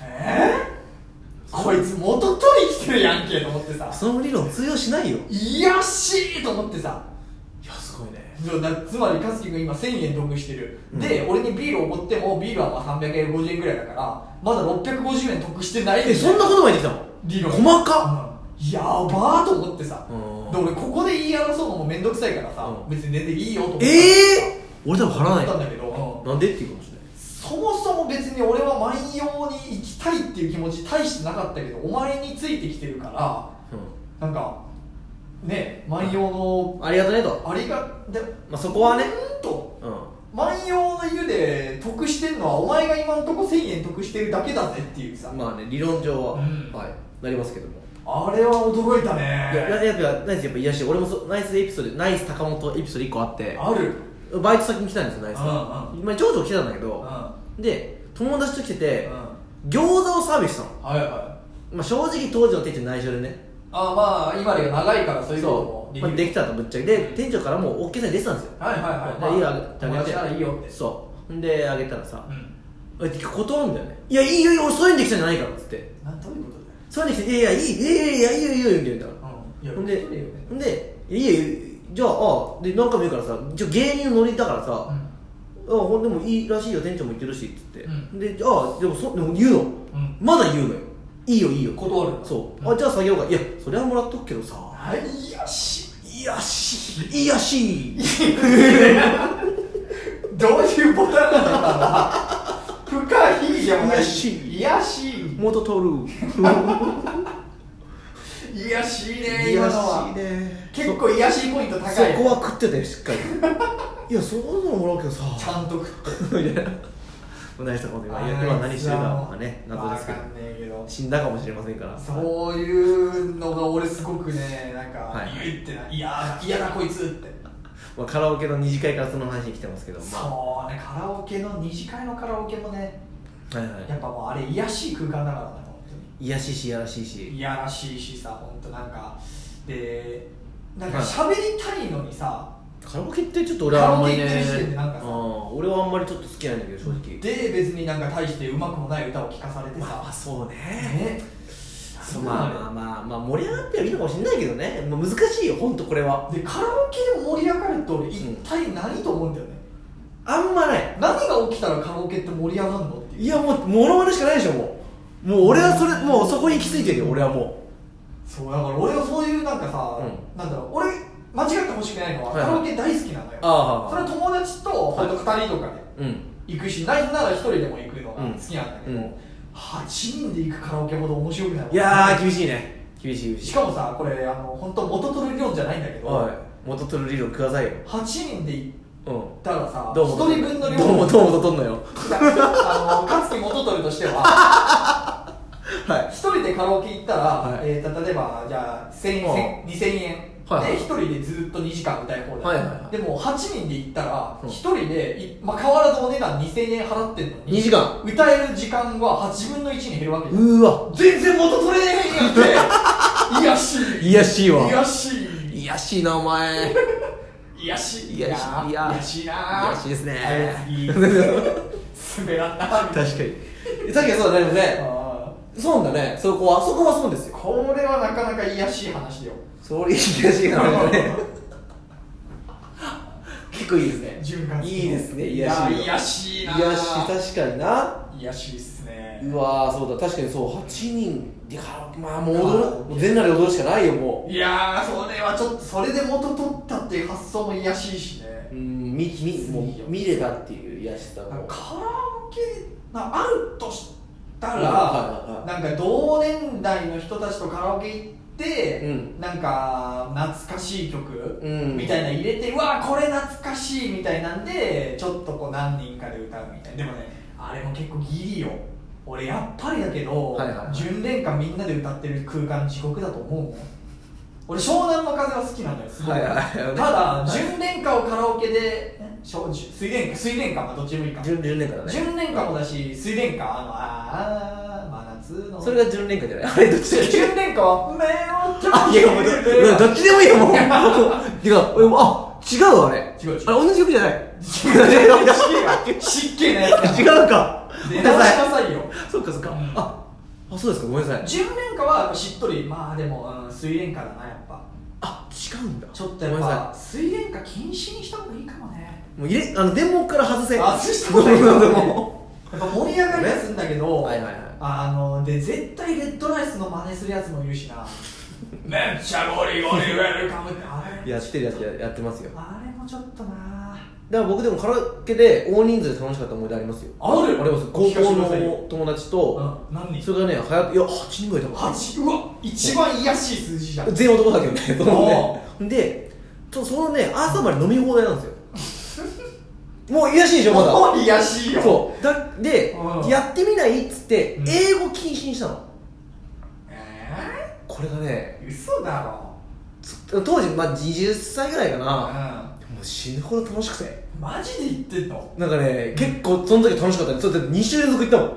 えー、こいつ元取り来てるやんけと思ってさその理論通用しないよいやしいと思ってさいやすごいねそうだつまり和樹君今1000円得してる、で俺にビールおごってもビールはまあ300円50円ぐらいだからまだ650円得してないえそんなことまで言って理たの論細かっうんやばーと思ってさうんで俺ここで言い争うのも面倒くさいからさ、うん別に全然いいよと思ってええ俺多分払わ思なっいたんだけど、うんなんでっていうかもしれないそもそも別に俺は万葉に行きたいっていう気持ち大してなかったけどお前についてきてるからうんなんかねえ万葉のありがとねと、あれがでまあ、そこはね、うんとうん、万葉の湯で得してるのはお前が今のとこ1000円得してるだけだぜっていうさ、まあね理論上は、うんはいなりますけどもあれは驚いたいやねややっぱナイスやっぱ癒やして俺もそうナイスエピソードナイス高本エピソード1個あってあるバイト先に来たんですよナイスがうまあ長女来てたんだけうんどはで友達と来ていては餃子をサービスしたの、いまあ、正直当時の店長内緒でねあまあ今でが長いからそういうこともそう、まあ、できたとぶっちゃけで店長からもう OK さん出てたんですよはいはいはいでいいよまああげてあげて友達ならいいよってそうであげたらさうんえ断るんだよねいやいいよいいよ俺そういうんできたんじゃないからっつってなんどういうことだよそういうんできたいやいやいいいやいやいやいいよいいよみたいなうんいやほんで受け取れよねほんで「いやいやじゃああで何回も言うからさじゃあ芸人のノリだからさ、あほんでもいいらしいよ店長も言ってるし」っつって、うんで「あでもそでも言うの、んまだ言うのよいいよいいよ」断るそう、うんあ「じゃあ下げようか」「いやそれはもらっとくけどさはいいやしいやしいいやしい」どういうボタンなんだろうな深いじゃんいやしいいやしい元取 るいやしいねい今やのはしいね結構いやしいポイント高いそこは食ってたよしっかりいやそんなのもらうけどさちゃんと食ってみた いなもう大したこと今今何してるかはね謎ですけわどかんねえけど死んだかもしれませんからそういうのが俺すごくねなんか、はいい、ってないや嫌だこいつってまあ、カラオケの二次会からその話に来てますけどまそうねカラオケの二次会のカラオケもねあ、はいはやっぱもうあれいやしい空間だからね本当い、にいやしいしいやらしいしいやらしいしさ本当なんかでなんかはい喋りたいのにさ、カラオケってちょっと俺はあんまりねカラオケ行ってる時点でなんかさうん俺はあんまりちょっと好きなんだけど正直で別になんか大してうまくもない歌を聴かされてさ、そうねそうまあまあまあ、まあ、盛り上がってはいいのかもしれないけどね、まあ、難しいよ本当これはでカラオケで盛り上がると俺一体何と思うんだよね、あんまない何が起きたらカラオケって盛り上がるのっていういやもうモノマネしかないでしょもうもう俺はそれもうそこに行き着いてるよ俺はもそうだから俺はそういうなんかさ、うなんだろう俺間違ってほしくないのは、はいはいカラオケ大好きなのよああそれは友達とはい本当2人とかううんで行くし、ないなら1人でも行くのがうん好きなんだけど、うん8人で行くカラオケほど面白くないもんいやー厳しいね厳しい厳しいしかもさこれあの本当元取る量じゃないんだけど、おい元取る理論くださいよ8人で行っうんたらさどうも1人分の量どうもどうも取んのよあの勝木元取るとしてははい一人でカラオケ行ったら、はいえーと例えばじゃあ千うん円千2000円はいはいで一人でずっと2時間歌い放題、はいはいはいでも8人で行ったらうん一人で、いまあ、変わらずお値段2000円払ってんのに2時間歌える時間は8分の1に減るわけじゃんうーわ全然元取れねえんや っていやしいいやしいわいやしいいやしいなお前いいやしいいやしないやいやしいなやしいですねはい次滑らんな確かに確かにそうだねでもねあそうだねそこはそこはそうですーよこれはなかなかいやしい話よそれいやしいなお前ね結構いいですね潤滑いいですねいやしいいやしいいなやいし確かにないやしいっすねうわーそうだ確かにそう8人でカラオケまあもう踊るもう全裸で踊るしかないよもいやーそれはちょっとそれで元取ったっていう発想もいやしいしねううん見見もう見れたっていう癒やしさカもラオケなあるとしたうんらはなんか同年代の人たちとカラオケ行って、うんなんか懐かしい曲、うんみたいなの入れてうわーこれ懐かしいみたいなんでちょっとこう何人かで歌うみたいなでもねあれも結構ギリよ俺やっぱりだけど、はいはいはい純恋歌みんなで歌ってる空間地獄だと思うもん俺湘南の風は好きなんだよすごはいはいはいただはい純恋歌をカラオケでん湘水恋歌水恋歌はどっちでもいいか純純恋歌だね純恋歌もだし水恋歌あのあーあー真夏のそれが純恋歌じゃないあれどっちだっけ純恋歌は目を閉あ、いじや、もうてど、どっちでもいいよ、もう。てか、俺も、あ、違うわ、あれ。違う違うあれ、同じ曲じゃない。違う違う失敬なやつ違うか。ごめ出んな直しさい。なさいよそっかそっかうん。あ、あ、そうですか、ごめんなさい。純恋歌はやっぱしっとりまあでも、うん、水蓮花だなやっぱあ、違うんだ。ちょっとやっごめんなさぱ水蓮花禁止にした方がいいかもねい。もう入れ、あの、電網から外せ。外した方がいいかごもめんねなさいもやっぱ盛り上がりはするんだけど、うはいはいはい。あので絶対レッドライスの真似するやつもいるしな めっちゃゴリゴリウェルカムってあれやってるやつややってますよ。だかあれもちょっとなら僕でもカラオケで大人数で楽しかった思い出ありますよ。ある俺も高聞かせ校てくださいよの友達と、うん何人それがね、はやいや、8人ぐらいいたかな八うわ一番癒やしい数字じゃん全員男だけどね、そのねおー。でちょそのね朝まで飲み放題なんですよ もういやしいでしょまだもう癒や しいよそうだでうんやってみないっつってうん英語禁止にしたのえこれがねー、嘘だろ当時、まあ、20歳ぐらいかうな、んもう死ぬほど楽しくてマジで言ってんのなんかね結構その時楽しかったねそれだって2週連続行っ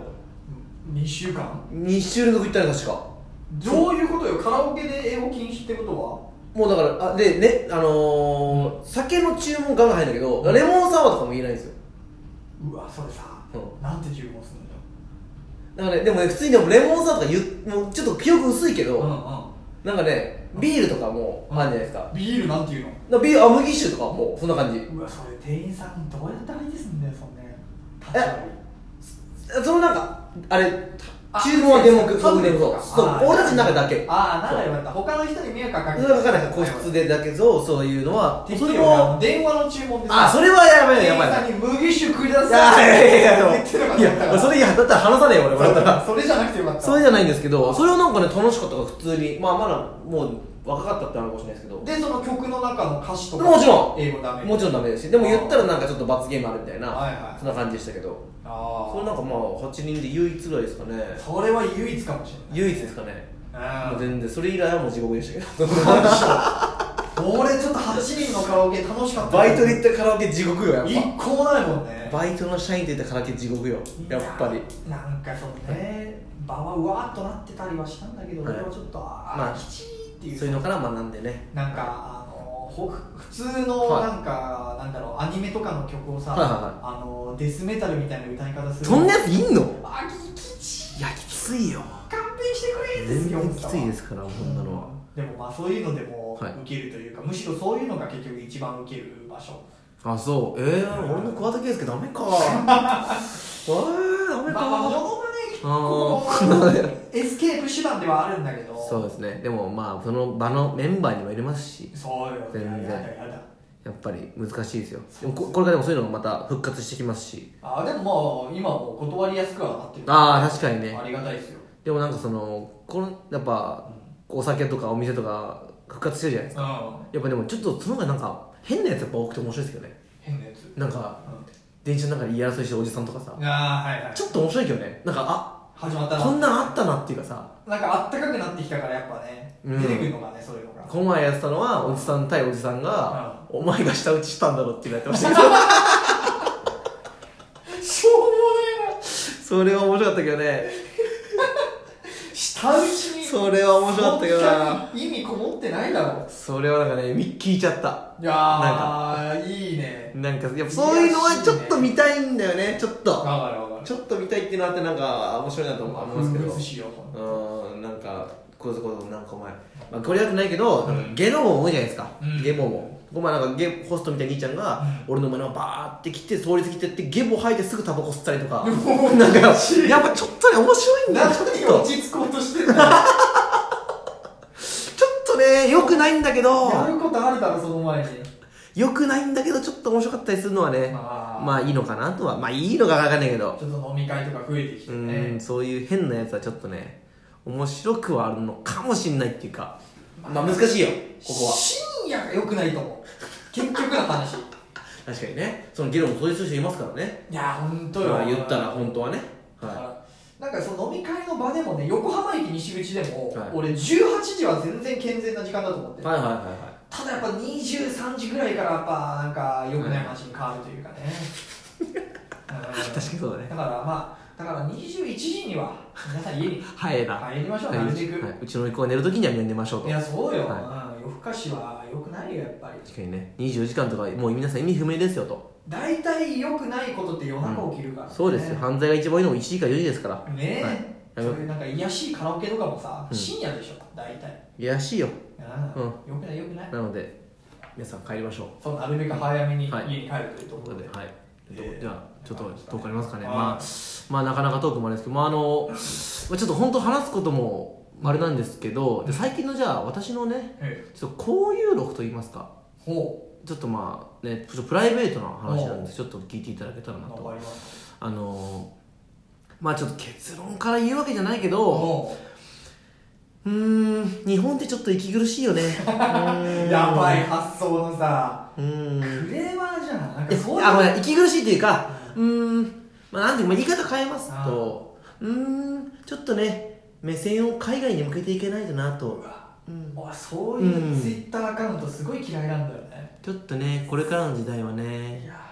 た2週間もん2週連続行ったね確かどういうことよカラオケで英語禁止ってこともうだからあでねあのー酒の注文ガンガン入るんだけど、うんレモンサワーとかも言えないんですよはうわそれさ、うなんて注文するんだだよからねでもね普通にでもレモンサワーとか言うもうちょっと記憶薄いけど、うなんかねビールとかもあるじゃないですか,、んうんビールなんていうのだからビールあ麦酒とかもうそんな感じうわそれ店員さんどうやって相手すんだよそんねそのなんかあれあ注文はデモクそうそうデモクそうそう俺たちの中だけああなんだよかった他の人に迷惑かかそるれだからなんか個室でだけどそういうのは適そ当れにも電話の注文であそれはやばいね店や員ばいさねんに麦酒くだいやさいいやいやいや言ってるかいや俺それいやだったら話さねえよ俺そ笑ったうらそれじゃなくてよかったそれじゃないんですけどそれはなんかね楽しかったから普通にまあまだもう若かったってあるかもしれないですけどでその曲の中の歌詞とかもちろん英語ダメもちろんダメですしでも言ったらなんかちょっと罰ゲームあるみたいはいはないそんな感じでしたけどあそれなんかまあ8人で唯一ぐらいですかねあそれは唯一かもしれない唯一ですかねもううん全然それ以来はもう地獄でしたけど 俺ちょっと8人のカラオケ楽しかったバイトで行ったカラオケ地獄よやっ一ぱ個もないもんねバイトの社員で行ったカラオケ地獄よやっぱりなんかそのね場はうわーっとなってたりはしたんだけど、はい俺はちょっとあまあーきちーっていうそういうのから学んでねなんかあのほ普通のはいなんか、なんだろうアニメとかの曲をさ、はいはいあのデスメタルみたいな歌い方するそんなやついんのあききちいやきついよー勘弁してくれーって全然きついですすからこんなのはでもまあそういうのでもはい受けるというか、むしろそういうのが結局一番受ける場所あそうえー、俺の桑田佳祐ダ メかえー、ダメまあまあもかのまあねーこうエスケープ手段ではあるんだけどそうですねでもまあその場のメンバーにも入れますしそうよ全然やだやだやっぱり難しいですよでもここれからでもそういうのがまた復活してきますしあでもまあ今もう断りやすくはなってるああ確かにねありがたいですよでもなんかそのこのやっぱお酒とかお店とか復活してるじゃないですかうんやっぱでもちょっとその方がなんか変なやつやっぱ多くて面白いですけどね変なやつなんかう電車の中で言い争いしてるおじさんとかさんああはいはいちょっと面白いけどねなんか始まったあなこんなんあったなっていうかさなんかあったかくなってきたからやっぱね、うん出てくるのがねそういうのがこの前やってたのはおじさん対おじさんがお前が舌打ちしたんだろっていうのやってましたけど しょうもねそれは面白かったけどねえな下打ちにそれは面白かったけどなそんな意味こもってないだろそれはなんかね見聞いちゃったいやーいいねなんかやっぱそういうのはちょっと見たいんだよねちょっわとかるわかるちょっと見たいっていうのあってなんか面白いなと思思うんで風物すけ詩よどうーんなんかこういうことなんかお前、まあ、これやくないけど、なんかゲノも多いじゃないですか、うんゲボもこの前なんかゲホストみたいな兄ちゃんが、俺の真似をバーって来て通り過ぎてってゲボ吐いてすぐタバコ吸ったりと かなんかやっぱちょっとね面白いんだよちょっ何にと落ち着こうとしてんだちょっとねよくないんだけど よやることあるだろその前によくないんだけどちょっと面白かったりするのはねまあまあいいのかなとはまあいいのかわかんないけどちょっと飲み会とか増えてきてうねんそういう変なやつはちょっとね面白くはあるのかもしんないっていうかまあ難しいよここは深夜が良くないと思う結局の話 い確かにねそのゲロもそういう人いますからねや本当まよあ言ったら本当はねだからはなんかその飲み会の場でもね横浜駅西口でも、はい俺18時は全然健全な時間だと思っている、はいはいはいはただやっぱ23時ぐらいからやっぱなんか良くない話に変わるというかね、い確かにそうだにねだからまあだから21時には皆さん家に早いな帰りましょうはなういるべちく、はいうちの子が寝るときにはみんな寝ましょうとい、やそうよ、はうん夜更かしは良くないよやっぱり確かにね24時間とかもう皆さん意味不明ですよと大体良くないことって夜中起きるから、ねそうですよ犯罪が一番多いのも1時か4時ですからねえ、はいそういうなんか癒やしいカラオケとかもさ、うん深夜でしょ大体いやらしいようん、よくないよくないなので皆さん帰りましょうそうなるべく早めに家にはい帰るというとというこころとで、で、はい。えーでは、ちょっとトークありますかね。はいまあ、まあ、なかなかトークもあれですけど、まあ、あの、まあちょっと本当話すことも、あれなんですけど、で最近のじゃあ、私のね、ええちょっと交友録と言いますか、ほちょっとまあ、ね、ちょっとプライベートな話なんで、ちょっと聞いていただけたらうなわと。かりましあの、まあちょっと結論から言うわけじゃないけたど、ほうーん日本ってちょっと息苦しいよねうーん やばい発想のさうーんクレーマーじゃんな んかそうえいうあごめん息苦しいっていうかうーんまあなんていうかまあ言い方変えますとうーんちょっとね目線を海外に向けていけないとなうとわうん俺そういううんツイッターアカウントすごい嫌いなんだよね、ちょっとねこれからの時代はいやねー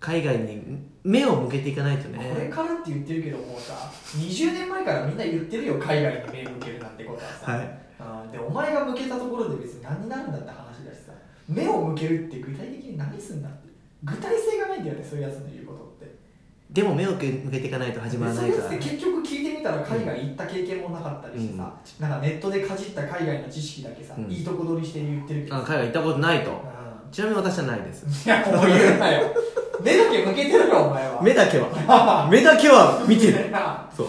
海外に目を向けていかないとこれねからって言ってるけどもうさ20年前からみんな言ってるよ海外に目向けるなんてことはさ、はいあーでお前が向けたところで別に何になるんだって話だしさ目を向けるって具体的に何すんだって具体性がないんだよねそういうやつの言うことってでも目を向けていかないと始まらそうないいうかやつらって結局聞いてみたら海外行った経験もなかったりしてさ、なんかネットでかじった海外の知識だけさ、うんいいとこ取りして言ってるけどあさ海外行ったことないとうんちなみに私はないですいやもう言うなよ目だけ向けてるかお前は目だけは目だけは見てる なそう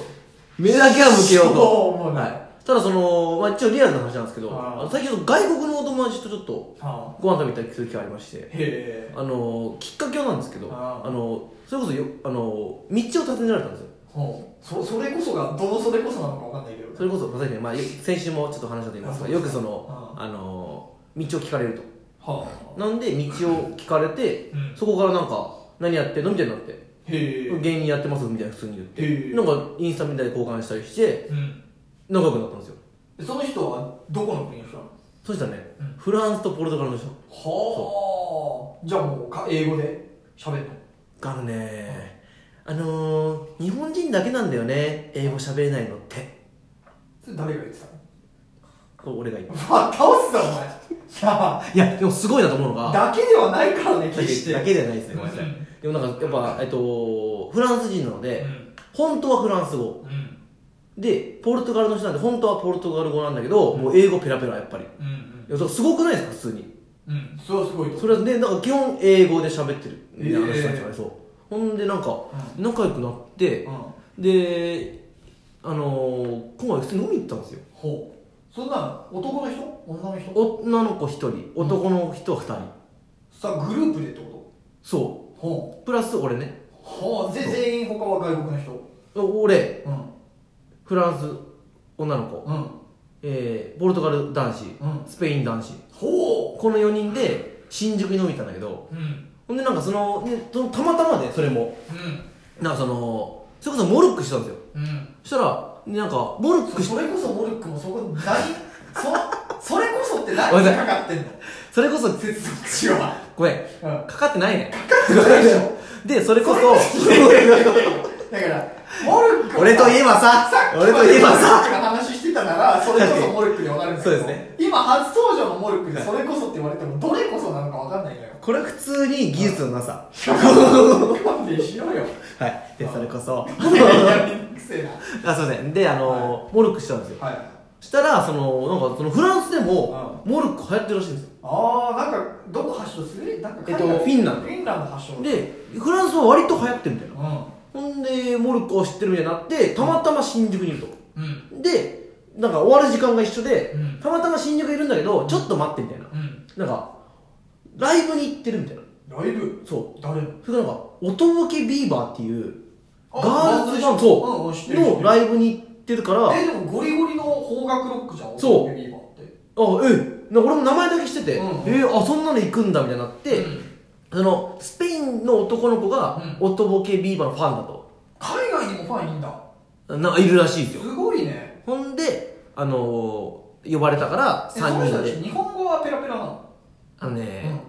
目だけは向けようとそう思うなはい、ただその、まあ、一応リアルな話なんですけどあーあの最近その外国のお友達とちょっとはあご飯食べに行ったりする機会ありましてへえあのきっかけはなんですけどああーのそれこそよあの道を尋ねられたんですよほうそそれこそがどうそれこそなのかわかんないけどそれこそまさに、まあ、よ先週もちょっと話したと言いますあがそうよでくすそねのああの道を聞かれるはとなんで道を聞かれて、うんそこからなんか何やってんのみたいになってあへえ芸人やってますみたいな普通に言って、へえなんかインスタみたいに交換したりしてうん仲良くなったんですよその人はどこの国の人なのそしたらね、うんフランスとポルトガルの人はあじゃあもうか英語で喋るのあのねあのー、日本人だけなんだよね英語喋れないのってそれ誰が言ってたのこれ俺が言ったわ倒すぞお前 さいやでもすごいなと思うのがあだけではないからね決してだけじゃないですねごめんなさいうんでもなんかやっぱ、えっと、フランス人なので、うん本当はフランス語うんでポルトガルの人なんで本当はポルトガル語なんだけど、もう英語ペラペラやっぱりいうんやそれすごくないですか普通にうんそれはすごいとそれはねなんか基本英語で喋ってるみたいな話ええになっちゃうねそうほんでなんかう仲良くなって、うんであのー、今回普通に飲み行ったんですよほうそんなの男の人女の人女の子一人男の人二人、さあグループでってこそとほうプラス俺ねうほうぜ全員他は外国の人俺うんフランス女の子、うんえー、ポルトガル男子、うんスペイン男子ほこの4人で新宿に飲み行ったんだけどううんほんでなんかその,、ね、そのたまたまでそれもうんなんかそのそれこそモルックしたんですようんそしたらでなんかモルッそクしそれこそモルックもそこ何 そそれこそって何ごめんになさかかってんのそれこそ接続詞はごめんうんかかってないねないでしょでそれこそだからモルックも俺といえばささっき俺といえばさモルックの話してたならそれこそモルックで分かるんだけどそうですね今初登場のモルックでそれこそって言われてもどれこそなのか分かんな いのよこれは普通に技術のなさ勘弁しろよ はいでそれこ そいやめんどくせえなあすいませんであのーモルックしたんですよはいしたらそのなんかそのフランスでもモルック流行ってるらしいんですよああなんかどこ発祥するなんか海外えっとフィンランドフィンランド発祥でフランスは割と流行ってるみたいなうほんでモルックを知ってるみたいになってたまたま新宿にいるとんうんでなんか終わる時間が一緒でうんたまたま新宿にいるんだけどちょっと待ってみたいなうんなんかライブに行ってるみたいなライブそ誰のうそれがなんか音ぼけビーバーっていうあガールズバンうんうドん知ってる知ってのるライブに行ってるからあえでもゴリゴリの邦楽ロックじゃんそうビーバーってえな俺も名前だけ知ってて、うんうんえーあそんなの行くんだみたいになって、うんそのスペインの男の子がう音ぼけビーバーのファンだ海外にもファンいいんだとなんかいるらしいですすよごいねほんで、あのー呼ばれたからえそ3の人人たちで日本語はペラペラなのあのね、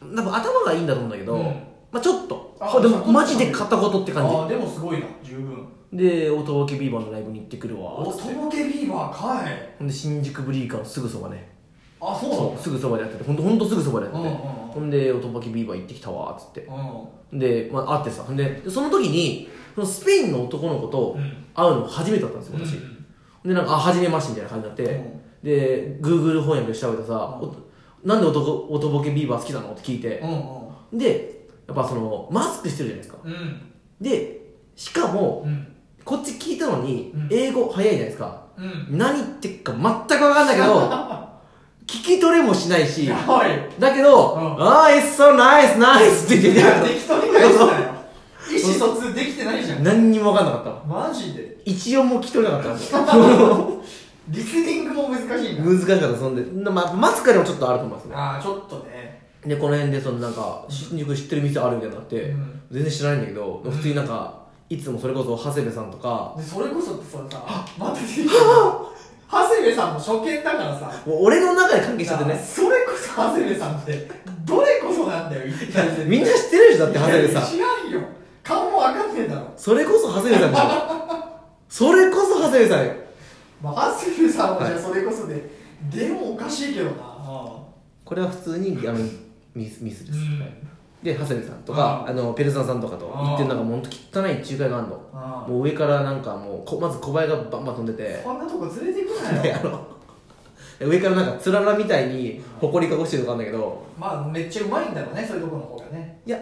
多分頭がいいんだと思うんだけど、うんまあ、ちょっとあほでもそこマジで片言ってあ感ーでもすごいな十分じで音ぼけビーバーのライブに行ってくるわおとぼけビーバーかいほんで新宿ブリーカーのすぐそばねあそうなんそうすぐそばでやっててほんとほんとすぐそばでやってて、うんうんうんほんで音ぼけビーバー行ってきたわっつってだで、まあ、会ってさほんでその時にそのスペインの男の子とうん会うの初めてだったんですよ私、でなんか「あ初めまして」みたいな感じになって、うんで Google 翻訳で調べてさ、うんおなんで男男ボケビーバー好きなのって聞いてう、んでやっぱそのマスクしてるじゃないですかうんうんでしかも、うんこっち聞いたのに、うん英語早いじゃないですかうん何言ってっか全く分かんないけど 聞き取れもしないしはいだけど「うんああ it's so nice nice」って言っいてやて適当に返すなよ意思疎通できてないじゃん何にも分かんなかったわマジで 一音も聞き取れなかったわリスニングも難しい な難しかったそんで、ま、マスカでもちょっとあると思いますねああちょっとねでこの辺でそのなんか新宿知ってる店あるみたいになって、うん全然知らないんだけど普通になんかいつもそれこそ長谷部さんとかでそれこそってそれさまた出て きた長谷部さんも初見だからさもう俺の中で関係しちゃってねそれこそ長谷部さんってどれこそなんだよ一体全みんな知ってるでしょだって長谷部さん知らんよ顔も分かってんだろ、それこそ長谷部さんでしょそれこそ長谷部さんよまあ、長谷部さんはじゃあはいそれこそで、でもおかしいけどなこれは普通にあのミスミスです、うんはいで長谷部さんとかうんあのペルソナさんとかと行ってうんなんかもうほんと汚い仲介があるのうんもう上からなんかもうこまず小林がバンバン飛んでてこんなとこ連れてくなでよあの上からなんかつららみたいに埃かごしてるとかあるんだけどまあめっちゃうまいんだろうねそういうとこの方がねいや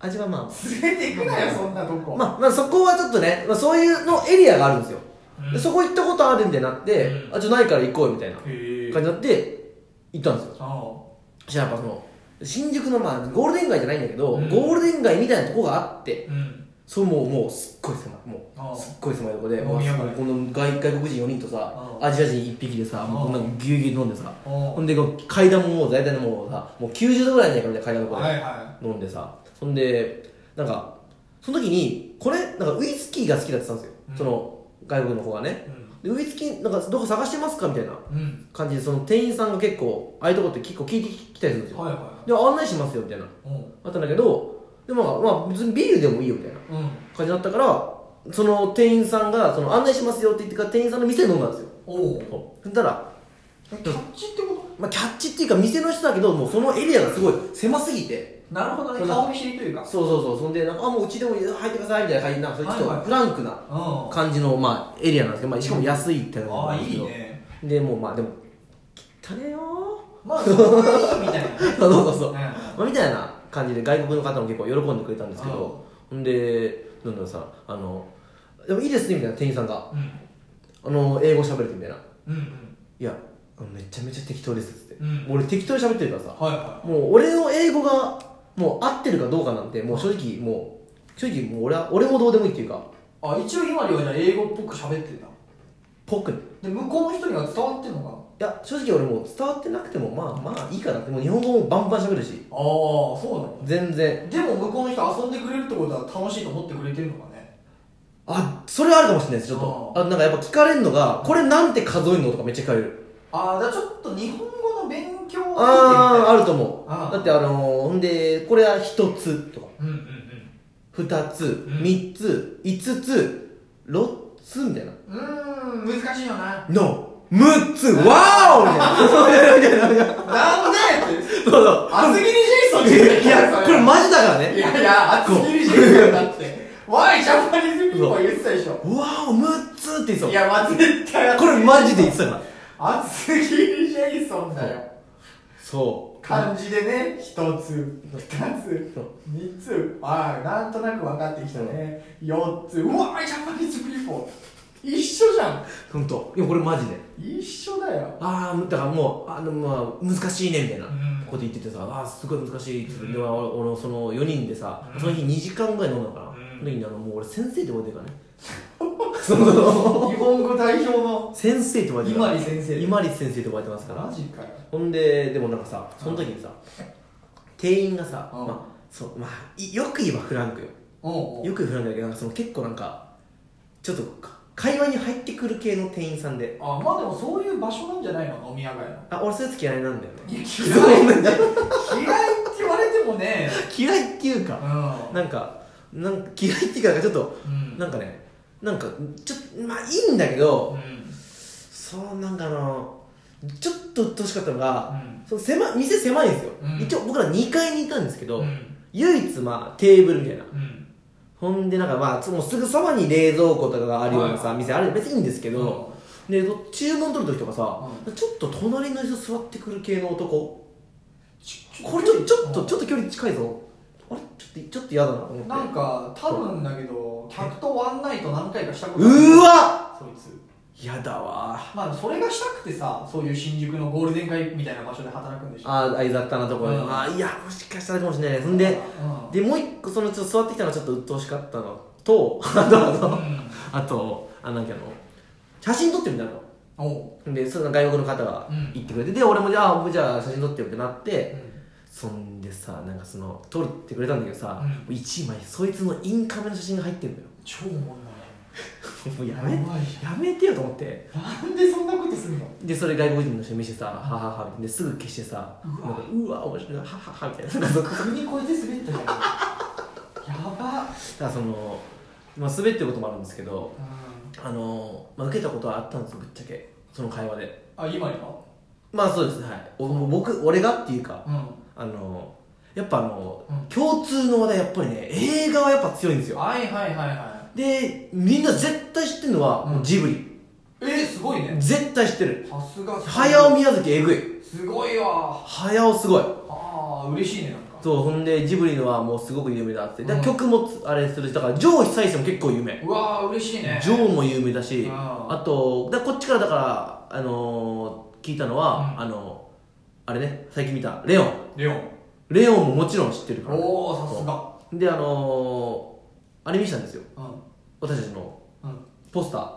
味はま連れてくなよそんなとあこ、まあ、まあ、そこはちょっとね、まあ、そういうのエリアがあるんですよ、うんでそこ行ったことあるんでなって、うんあじゃあないから行こうよみたいな感へえじになって行ったんですよあそしたらやっぱその新宿のまあゴールデン街じゃないんだけど、うんゴールデン街みたいなとこがあってあうんそうもうもうすっごい狭いもああうすっごい狭いとこで飲もうみこ屋街の外外国人4人とさああアジア人1匹でさもうこんなぎゅうぎゅう飲んでさああほんでこう階段ももう大体のもうさもう90度ぐらいじゃないかみたいな階段のとこで、はいは飲んでさそんでなんかその時にこれなんかウイスキーが好きだって言ってたんですよ、うんその外国の方がねいうんでウイスキーなんかどこ探してますかみたいなうん感じでその店員さんが結構ああいうとこって結構聞いてきたりするんですよ、はいはで案内しますよみたいないうあったんだけどでもまあ、まあ、別にビールでもいいよみたいなんうん感じだったからその店員さんがその案内しますよって言ってから店員さんの店で飲んだんですよおおうそしたら、キャッチってこまあ、キャッチっていうか店の人だけどもうそのエリアがすごい狭すぎてとなるほどそねんな顔見知りというかそうそうそうそんでなんかあもううちでも入ってくださいみたいな感じなそういうちょはっいはといフランクなうんあ感じの、まあ、エリアなんですけど、まあ、しかも安いってのあなんですいけいどねでもうまあでも汚ねよまあそこがいいみたいなねーそうそうそう、んまあ、みたいな感じで外国の方も結構喜んでくれたんですけどほんでどんどんさあの「でもいいですね」みたいな店員さんが「あの英語喋れて」みたいな「うんうんいやあのめちゃめちゃ適当です」っつって、うんもう俺適当に喋ってるからさ、はいはもう俺の英語がもう合ってるかどうかなんてもう正直もう正直もう俺は俺もどうでもいいっていうかいあ一応今ではじゃあ英語っぽく喋ってんだぽくいで向こうの人には伝わってんのかなや正直俺もう伝わってなくてもまあまあいいかなってもう日本語もバンバン喋るしああそ全う然なのでも向こうの人遊んでくれるってことは楽しいと思ってくれてるのかねあそれはあるかもしれないですちょっとああなんかやっぱ聞かれるのがこれなんて数えるのとかめっちゃ聞かれるああじゃあちょっと日本語の勉強をああああると思うあーだってあのーほんでこれは1つとかうんうんうん2つうん3つ5つ6つみたいなうーん難しいよなの6つわーおみたいなみたいなみたいななんでってそうそう厚切りジェイソンいじゃんや、これマジだからいね。やいや、厚切りジェイソンだって。ワイ、ジャパニーズピーポー言ってたでしょ。うわー、6つって言ってたもいんや、まあ、絶対厚こ切りれマジで言ってたから。厚切りジェイソンだよ。そ漢字でね、一つ、二つそう、三つ、ああ、なんとなく分かってきたね。四つ、うわー、ジャパニーズピーポー。一緒じゃん。う。ほんと。いや、これマジで。一緒だよ。あー、だからもう、あの、まあ、難しいね、みたいな。んこと言っててさ、あー、すごい難しいって言って、で俺、俺その4人でさ、その日2時間ぐらい飲んだから、うんその時にあの、もう俺、先生って呼ばれてるか らね。その、 日本語代表の先生って呼ばれて伊るから万。里先生。今里先生って呼ばれてますからマ。ジかよ。ほんででもなんかさその時にさ店員がさ、うんまあそうまあ、いよく言えばフランクよおうおうよく言えばフランクだけどなんかその結構なんかちょっとか会話に入ってくる系の店員さんであ、まあでもそういう場所なんじゃないの飲み屋街の。あ俺そういうやつ嫌いなんだよねいや嫌いって嫌いって言われてもね嫌いっていうかうなんかなんか嫌いっていうかなんかちょっとんなんかねなんかちょっとまあいいんだけどうんそうなんかあのちょっと鬱陶しかったのが、うその狭い店狭いんですよ、うん一応僕ら2階にいたんですけど、うん唯一まあテーブルみたいなうんほんでなんかまあつもうすぐそばに冷蔵庫とかがあるようなさ、はい店ある別にいいんですけど、でど注文取る時とかさ、うちょっと隣の人座ってくる系の男ちこれちょちょっうとんちょっと距離近いぞあれちょっとちょっと嫌だなと思ってなんか多分だけど客とワンナイト何回かしたことあるうーわそいつ嫌だわまあそれがしたくてさそういう新宿のゴールデン街みたいな場所で働くんでしょああいざったなところで、うんああいやもしかしたらかもしれないねそんで、うんでもう一個そのちょっと座ってきたのがちょっと鬱陶しか ったのとあとあとあとあなんかあの写真撮ってみたのおうでその外国の方が行ってくれて、で俺もじゃあ僕じゃあ写真撮ってよってなって、そんでさなんかその撮るってくれたんだけどさ、うんもう1枚そいつのインカメの写真が入ってんのよ 超おもんなもうやめやばいやめてよと思っていなんでそんなことするのでそれ外国人の人に見せてさ「はははみたいなですぐ消してさ「うわなんかうわ面白いははは」みたいななんかそだか国越えて滑ったじゃんやばらその、まあ、滑ってることもあるんですけどうんあの、まあ、受けたことはあったんですよぶっちゃけその会話であ今にはまあそうですねはいおもう僕俺がっていうかうんあのやっぱあの、うん共通の話題やっぱりね映画はやっぱ強いんですよはいはいはいはでみんな絶対知ってるのは、うんジブリいえー、すごいね絶対知ってるさすが早尾宮崎えぐいすごいわ早尾すごいああ嬉しいねなんかそうほんでジブリのはもうすごく有名だって、でうん曲もつあれするしだからジョー久石も結構有名うわー嬉しいねジョーも有名だしうんあとだこっちからだからあのー、聞いたのは、うんあのあれね最近見たレオンレオンレオンももちろん知ってるから、ね、おおさすがであのー、あれ見したんですようん私たちのうんポスターあ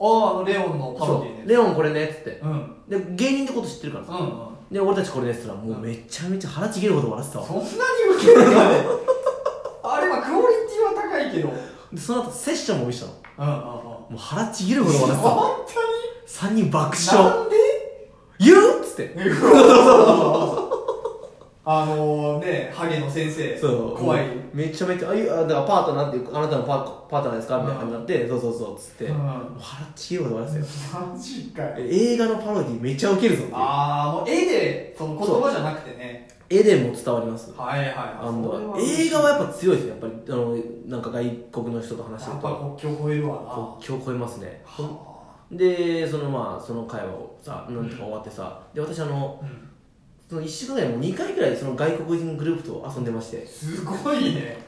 ああのレオンのパロそディうねレオンこれねっつってうんうでん芸人ってこと知ってるからうさ、んで俺たちこれねっつったらもうめちゃめちゃ腹ちぎるほど笑ってたわそんなにウケるかねあれはクオリティは高いけどうんうんでその後セッションも見せたの うんもう腹ちぎるほど笑って たわ本当3人爆に笑なんで言うっつ ってあのねハゲの先生そう怖いもうめちゃめちゃあいやだからパートナーっていうあなたのパーパートナーですかみたいな感じになってそうそうそうっつってうんもう腹ちぎるほど笑ってたよマジかよ映画のパロディめちゃウケるぞっていうああもう絵でその言葉じゃなくてね絵でも伝わりますはいはいはいあそれのは映画はやっぱ強いですねやっぱりあのなんか外国の人と話してやるっとぱ国境を越えるわな国境を越えますねはでそのまあその会話をさなんとか終わってさで私あのあうんその1週間ぐらいも2回ぐらいその外国人グループと遊んでましてすごいね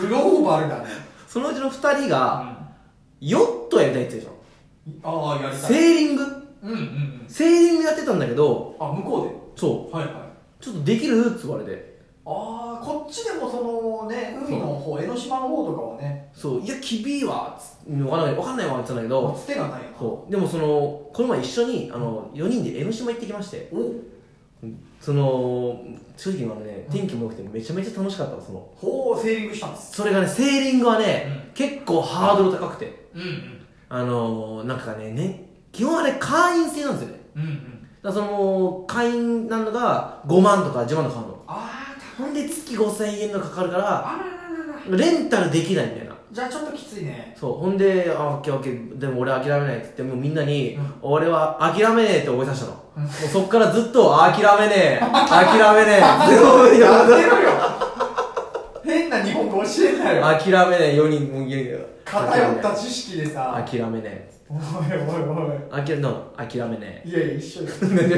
グローバルだねそのうちの2人があヨットやりたいって言ってたあやりじゃんたいセーリングうんうんうんセーリングやってたんだけどあ向こそうではいはいあうちょっとできるっつ言われてあこっちでもそのね海の方江ノ島の方とかはねそういやきびいわっつ分かんないわかんないわって言ってたんだけ打どつ手がないなそうでもそのこの前一緒にあの4人で江ノ島行ってきましておその正直あのね天気も良くてめちゃめちゃ楽しかったわそのほうセーリングしたんですそれがねセーリングはね、結構ハードル高くてうんうんあのー、なんかねね基本あれ会員制なんですよねうんうんだからその会員なのが5万とか10万とかかるのああほんで月5000円のかかるからあらららららレンタルできないみたいなじゃあちょっときついねそうほんで「あオッケーオッケーでも俺諦めない」って言ってもうみんなに「うん俺は諦めねえ」って覚えさせたの、うんもうそっからずっと「諦めね え諦めねえ」ってやめろよ変な日本語教えんな よ諦めねえ4人もういやいや偏った知識でさ諦めねえおいおいおい諦めの諦めねえいやいや一緒だ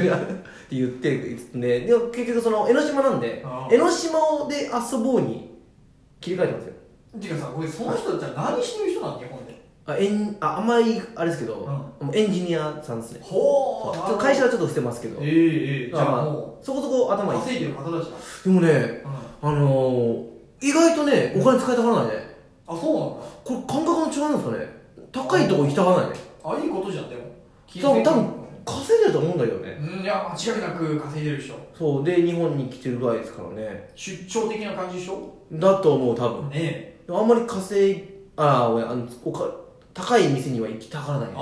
よって言ってるねでも結局その江ノ島なんでああ江ノ島で遊ぼうに切り替えたんですよていうかさこれその人じゃ何してる人なの日本であエンああんまりあれですけど、んもうエンジニアさんですねほちうょっと会社はちょっと伏せますけどええええじまあゃあまあもそこそこう頭いい稼いでる方たちだでもねうんあのー、意外とねお金使いたがらないねあそうこれ感覚の違いなんですかね高いとこ行きたがらないねなんだあいいことじゃんでも聞い多て分み多分稼いでると思うんだけどねうんいや間違いなく稼いでる人そうで日本に来てるぐらいですからね出張的な感じでしょだと思う多分ねえあんまり稼いああ俺あのおか高い店には行きたがらないああねま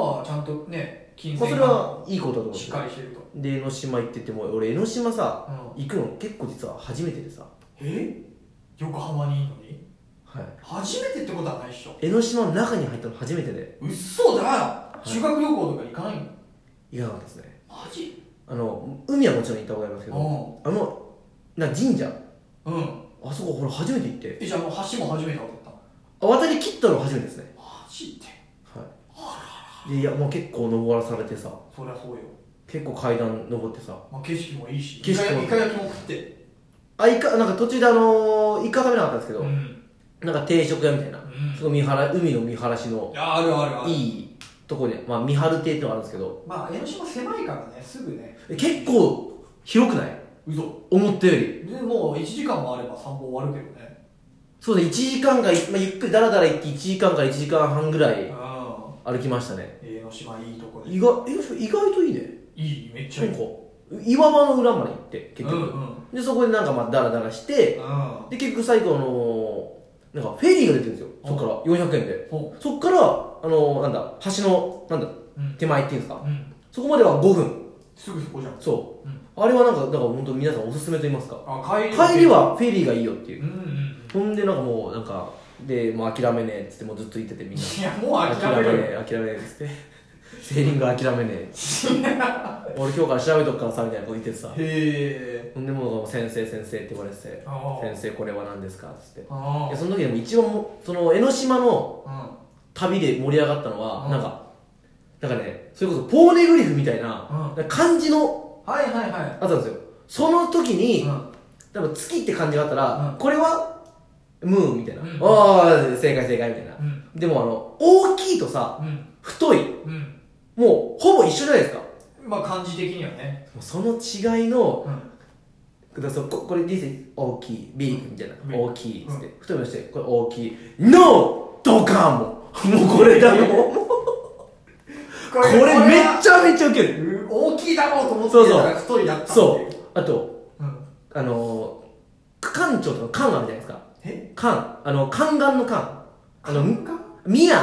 あまあちゃんとね金まあ、そ銭れがはいいことだと思うんですしっよかりしてるとで江ノ島行ってても俺江ノ島さうん行くの結構実は初めてでさ、え横浜にいいのにはい、初めてってことはないっしょ江ノ島の中に入ったの初めてで嘘だよ修学旅行とか行かないの行かなかったですねマジあの海はもちろん行ったことありますけうどあのなんか神社うんあそこほら初めて行ってえじゃあもう橋も初めて渡ったのあ渡り切ったのが初めてですねマジではいでいやもう結構登らされてさそりゃそうよ、結構階段登ってさまあ、景色もいいし景色もイカ焼きも食ってあいかなんか途中であのー、イカ食べなかったんですけど、ん、なんか定食屋みたいな、んすごい見晴ら海の見晴らしのいやあるあるあるいいとこに、まあ、見晴る亭ってのがあるんですけどまあ江ノ島狭いからねすぐねえ結構広くない嘘思ったよりでもう1時間もあれば散歩終わるけどねそうだ1時間が、まあ、ゆっくりだらだら行って1時間から1時間半ぐらいうん歩きましたね江ノ島いいとこで意外意外意外といいねいいめっちゃないいんか岩場の裏まで行って結局、うんうんでそこでなんかまあダラダラしてうんで結局最後あのなんかフェリーが出てるんですよそっから400円でほそっからあのなんだ橋のなんだううん手前っていうんですかうんそこまでは5分すぐそこじゃんそう、うんあれはなんかだから本当皆さんおすすめと言いますかあ帰帰りりはフェリーがいいよっていうう、んうんうんほんでなんかもうなんかでもう諦めねえっつってもうずっと言っててみんないやもう諦諦めめるねえ諦めねえっつってセーリング諦めねえ 俺今日から調べとくからさみたいなこと言っててさへえほんでもう先生先生って言われててああ先生これは何ですかっつっていあやその時でも一番もその江ノ島のあ旅で盛り上がったのはうんなんかなんかねそれこそポーネグリフみたいなう漢字のうんはいはいはあったんですよその時いにうん多分月って漢字があったうらんこれはムーンみたいなうんああ正解正解みたいなうんでもあの大きいとさうん太いうんもうほぼ一緒じゃないですかまあ漢字的にはねその違いのうんだからそうここれ This is 大きい big みたいな、うん大きいっつって、う太いのしてこれ大きい NO ドカンももう これだよここれめっちゃめちゃウケるう大きいだろうと思ってたら太りだったっていそうあとうんあのー、館長とか館あるじゃないですかえ館あの宦官の館あの宦官宮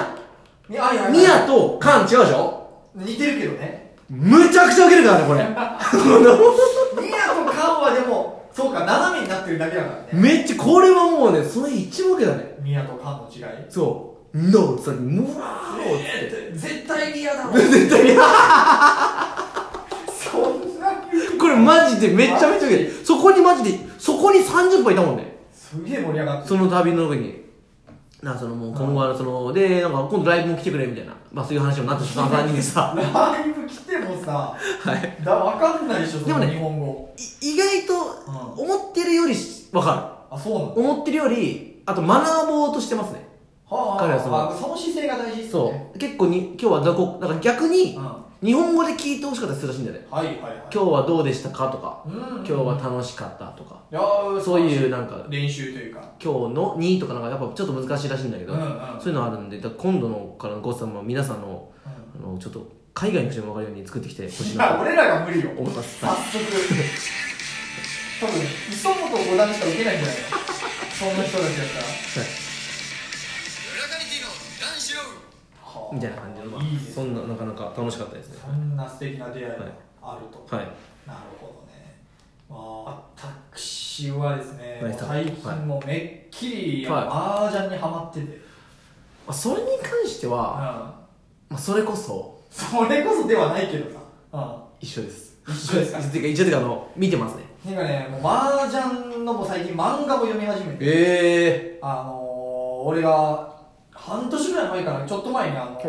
いやいやいや宮と館違うでしょ似てるけどねむちゃくちゃウケるからねこ れニアとカンはでもそうか斜めになってるだけだからねめっちゃこれはもうねそれ一番ウケだねニアとカンの違いそう「NO」っつって「ムワー」っつって えー絶対ニアだろ絶対嫌そんなこれマジでめちゃめちゃウケるそこにマジでそこに30分いたもんねすげえ盛り上がってるその旅の上になんかそのもう今後はそのでなんか今度ライブも来てくれみたいなまあそういう話も なってしまった3人でさライブ来てもさはいだわかんないでしょそでものね日本語い意外と思ってるよりわかあそうなのる思ってるよりあと学ぼうとしてますねはあ彼はそのあその姿勢が大事ですそねう結構に今日は雑魚なんか逆にうん日本語で聞いてほしかったりするらしいんだよねはいはいはい今日はどうでしたかとかうん今日は楽しかったとかいやーそういうなんか練習というか今日の2とかなんかやっぱちょっと難しいらしいんだけど、うんうんそういうのあるんでだから今度のからのゴッサンも皆さんのうんあのちょっと海外の人にも分かるように作ってきてほしいいなやと俺らが無理よ思います早速多分磯本五段しか受けないんじゃないのそんな人たちだったら裏カニティの男子ロウはあみたいな感じの、まあいいですそんななかなか楽しかったですねそんな素敵な出会いはがいあると、はいなるほどねまあ私はですねはい最近もうめっきりはい麻雀にはまってて、まあそれに関しては、まあ、それこそうん、それこそではないけどさ、うん一緒です一緒ですかてか一緒っていうかあの見てますねなんかね、もう麻雀のもう最近漫画も読み始めて、えあのー、俺が半年ぐらい前かな、ちょっと前にあの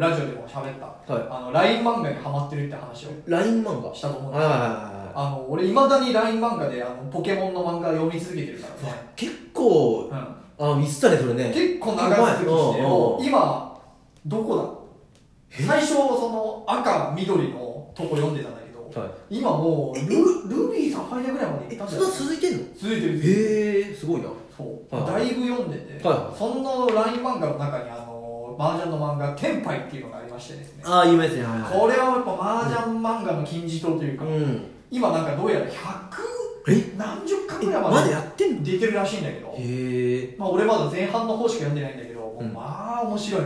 ーラジオでも喋った、はいあの LINE 漫画にハマってるって話をー、LINE 漫画したと思うんはいだはいけどはいはあの俺いまだに LINE 漫画であのポケモンの漫画読み続けてるからねい、結構うあ見てたねそれん、ね結構長続きしてうまいうんうんうん今どこだ最初その赤緑のとこ読んでたんだけど、はい今もうルルビー3杯ぐらいまでえ行ったんそじゃんなない続いてんの続いてる続いてるへえー、すごいなそう、はだいいぶ読んでて、はいはいそんな LINE 漫画の中にあの麻雀の漫画「天杯」っていうのがありましてですねああ有名ですねはいはいこれはやっぱ麻雀漫画の金字塔というか、うん今なんかどうやらえ100何十巻えぐらいままだでやってんの出てるらしいんだけど、へえまあ、俺まだ前半の方しか読んでないんだけど、もううんまあ面白い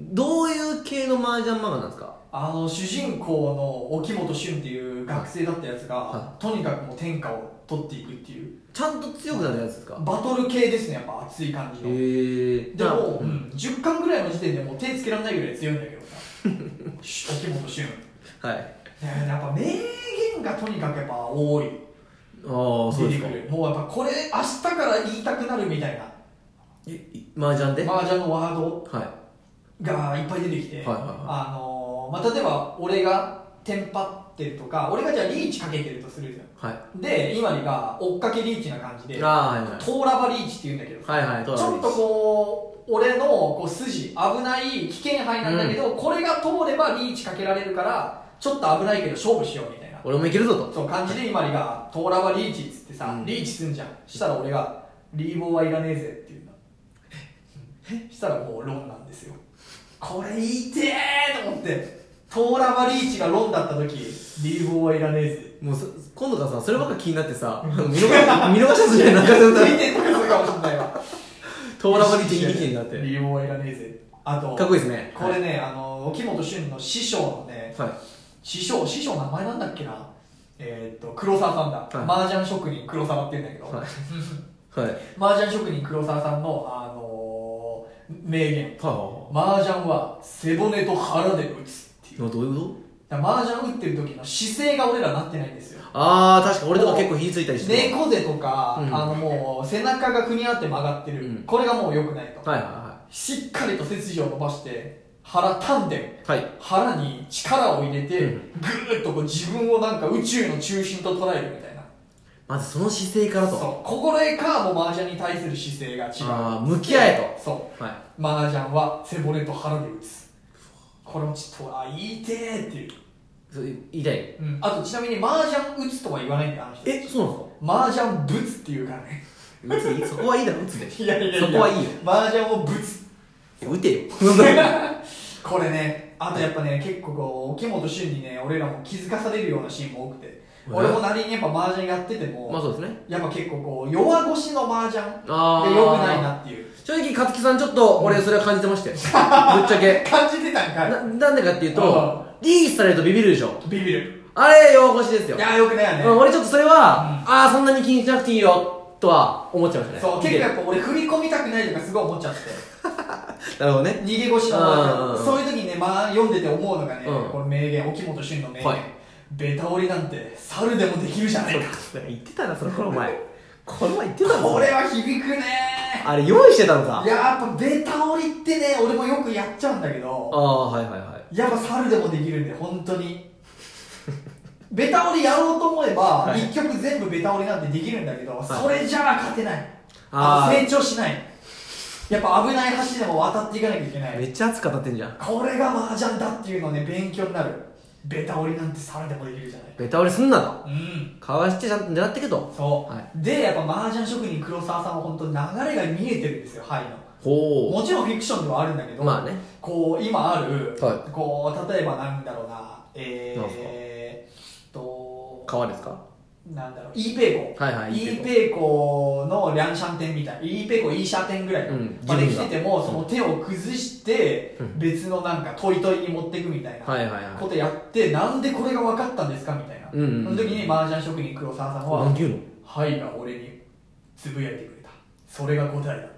どういう系の麻雀漫画なんですかあの主人公の沖本俊っていう学生だったやつが、はとにかくもう天下を取っていくっていうちゃんと強くなるやつですかバトル系ですねやっぱ熱い感じの、へえでじゃあも、うん10巻ぐらいの時点でもう手つけられないぐらい強いんだけどさし秋元 俊ねはいやっぱ名言がとにかくやっぱ多いああそう出でてすくかるもうやっぱこれ明日から言いたくなるみたいなえい麻雀ではい麻雀のワードはがいっぱい出てきて、いはいはあのーまあ、例えば俺がテンパってるとか俺がじゃあリーチかけてるとするじゃいんはいで今にが追っかけリーチな感じでトああーラバリーチって言うんだけどさはいはいはいちょっとこう俺のこう筋危ない危険範囲なんだけど、これが通ればリーチかけられるからちょっと危ないけど勝負しようみたいな俺もいけるぞとそう感じで今里が「トーラはリーチ」っつってさ、うんリーチすんじゃんしたら俺が 「リーボーはいらねえぜ」って言うんだしたらもう論なんですよこれ痛えと思ってトーラマリーチがロンだった時理由はいらね えぜもうそ今度からさそればっか気になってさ見逃見逃 しちゃうじゃんなんかそんなついてとかするかもしんないわトーラバリ的に気になって理由はいらねえぜあとかっこいいですねこれね、あの沖本俊の師匠のねはい師匠師匠名前なんだっけなえーっと黒沢さんだ、は麻雀職人黒沢って言うんだけど、はいはいはい麻雀職人黒沢さんの、あのー名言は麻雀は背骨と腹で打つっていういなどういうことだから麻雀打ってる時の姿勢が俺らなってないんですよあー確か俺とか結構火ついたりして猫背とか、うんあのもう背中がくにあって曲がってる、うんこれがもう良くないと、はいはしっかりと背筋を伸ばして腹丹田いはいはい腹に力を入れて、うぐーっとこう自分をなんか宇宙の中心と捉えるみたいなまずその姿勢からとそう心得かもう麻雀に対する姿勢が違あうー向き合えそとはいう麻雀は背骨と腹で打つこれもちょっとあ言いてーっていう、それ言いたいうん、あとちなみに麻雀打つとは言わないんだよあの人えそうなんですか麻雀ぶつっていうからね 打つでいいそこはいいだろ打つでいやいやいやそこはいいよ麻雀をぶつ打て よこれねあとやっぱね結構こう沖本俊にね俺らも気づかされるようなシーンも多くて俺もなりにやっぱ麻雀やってても、まあそうですねやっぱ結構こう弱腰の麻雀であー良くないなっていう正直勝木さんちょっと俺それは感じてま したよぶっちゃけ感じてたんなかいなんでかっていうとあリースされるとビビるでしょビビるあれ弱腰ですよいやよくないうんよね俺ちょっとそれは、ああそんなに気にしなくていいよとは思っちゃいましたねそう結構やっぱ俺踏み込みたくないとかすごい思っちゃってなるほどね逃げ腰のうんうんう麻ん雀そういう時にね、まあ、読んでて思うのがね、うんこの名言沖本俊の名言、はいベタ折りなんて猿でもできるじゃないか言ってたなその頃お前 この前言ってたのこれは響くねあれ用意してたのかいややっぱベタ折りってね俺もよくやっちゃうんだけどああはいはいはいやっぱ猿でもできるんで本当にベタ折りやろうと思えば、はい一曲全部ベタ折りなんてできるんだけど、いそれじゃあ勝てないあー成長しないやっぱ危ない橋でも渡っていかなきゃいけなめいっちゃ熱く語ってんじゃんこれが麻雀だっていうのね勉強になるベタ折りなんて猿でもできるじゃないベタ折りすんなとうんかわしてちゃんと狙ってけとそう、はいでやっぱ麻雀職人黒沢さんは本当流れが見えてるんですよはいのほもちろんフィクションではあるんだけど、まあねこう今ある、はこう例えばなんだろうなえー、なんすかえーっとう川ですかなんだろうイーペイコはいはいイイーーペイコのリャンシャンテンみたいイーペイコイーシャテンぐらいの、うんまあ、で自き分がててもその手を崩して、うん別のなんかトイトイに持っていくみたいなはいはいはいことやって、なんでこれが分かったんですかみたいな、うんうんうんその時に麻雀職人黒沢さんはなんて言うのはいが俺につぶやいてくれたそれが答えだって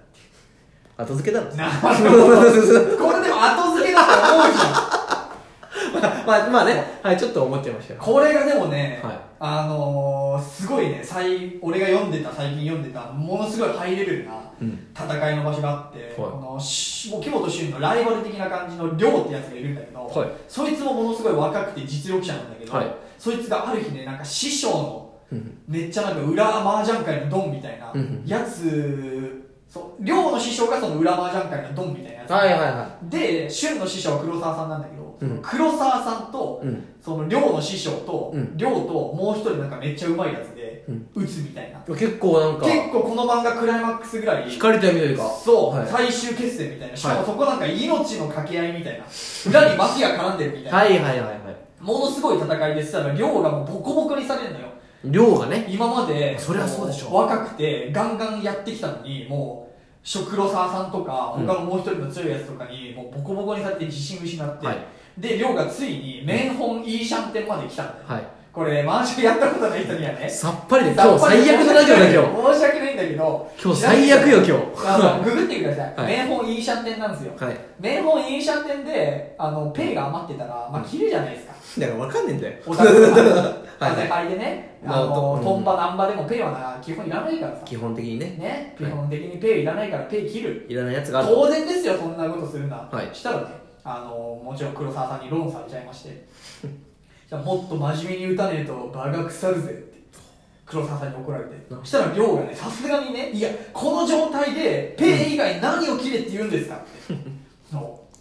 後付けだろ なるほどこれでも後付けだと思うじゃんまあまあねはいちょっと思っちゃいましたよこれがでもね、はいあのー、すごいね最俺が読んでた最近読んでたものすごいハイレベルなうん戦いの場所があって、このしもう木本俊のライバル的な感じの亮ってやつがいるんだけど、はいそいつもものすごい若くて実力者なんだけど、はいそいつがある日ねなんか師匠のうんめっちゃなんか裏麻雀界のドンみたいなうんうんやつそう寮の師匠がその裏麻雀界のドンみたいなやつ、はいはいはで俊の師匠は黒沢さんなんだけど、うん黒沢さんと、いうんその寮の師匠とうん寮、ともう一人なんかめっちゃうまいやつでうん打つみたいな、結構なんか結構この漫画クライマックスぐらい光と闇というかそう、はい最終決戦みたいなしかはもいそこなんか命の掛け合いみたいな裏にマフィア絡んでるみたいな、はいはいはいはいものすごい戦いでしたら寮がもうボコボコにされるのよ量がね今までそりゃそうでしょも若くてガンガンやってきたのにもう食黒沢さんとかうん他のもう一人の強いやつとかにもうボコボコにされて自信失って、はいで亮がついに面本イーシャンテンまで来たんだよ、はいこれマージャンやったことない人にはねさっぱりで今日最悪のラジオだ今日日申し訳ないんだけど今日最悪よ今日 あのググってください、はい名本イーシャンテンなんですよはい名本イーシャンテンであのペイが余ってたら、まあ、切るじゃな いですかだから分かんねえんだよお互いがはい戦いでね、まああのうんトンバナンバでもペイはな基本いらないからさ基本的にねね、基はい本的にペイいらないからペイ切る、いらないやつがある当然ですよそんなことするな、はいしたらねあのもちろん黒沢さんにローンされちゃいまして じゃあもっと真面目に打たねえと場が腐るぜって黒沢さんに怒られてうんしたら亮がねさすがにねいやこの状態でペイ以外何を切れって言うんです かってそう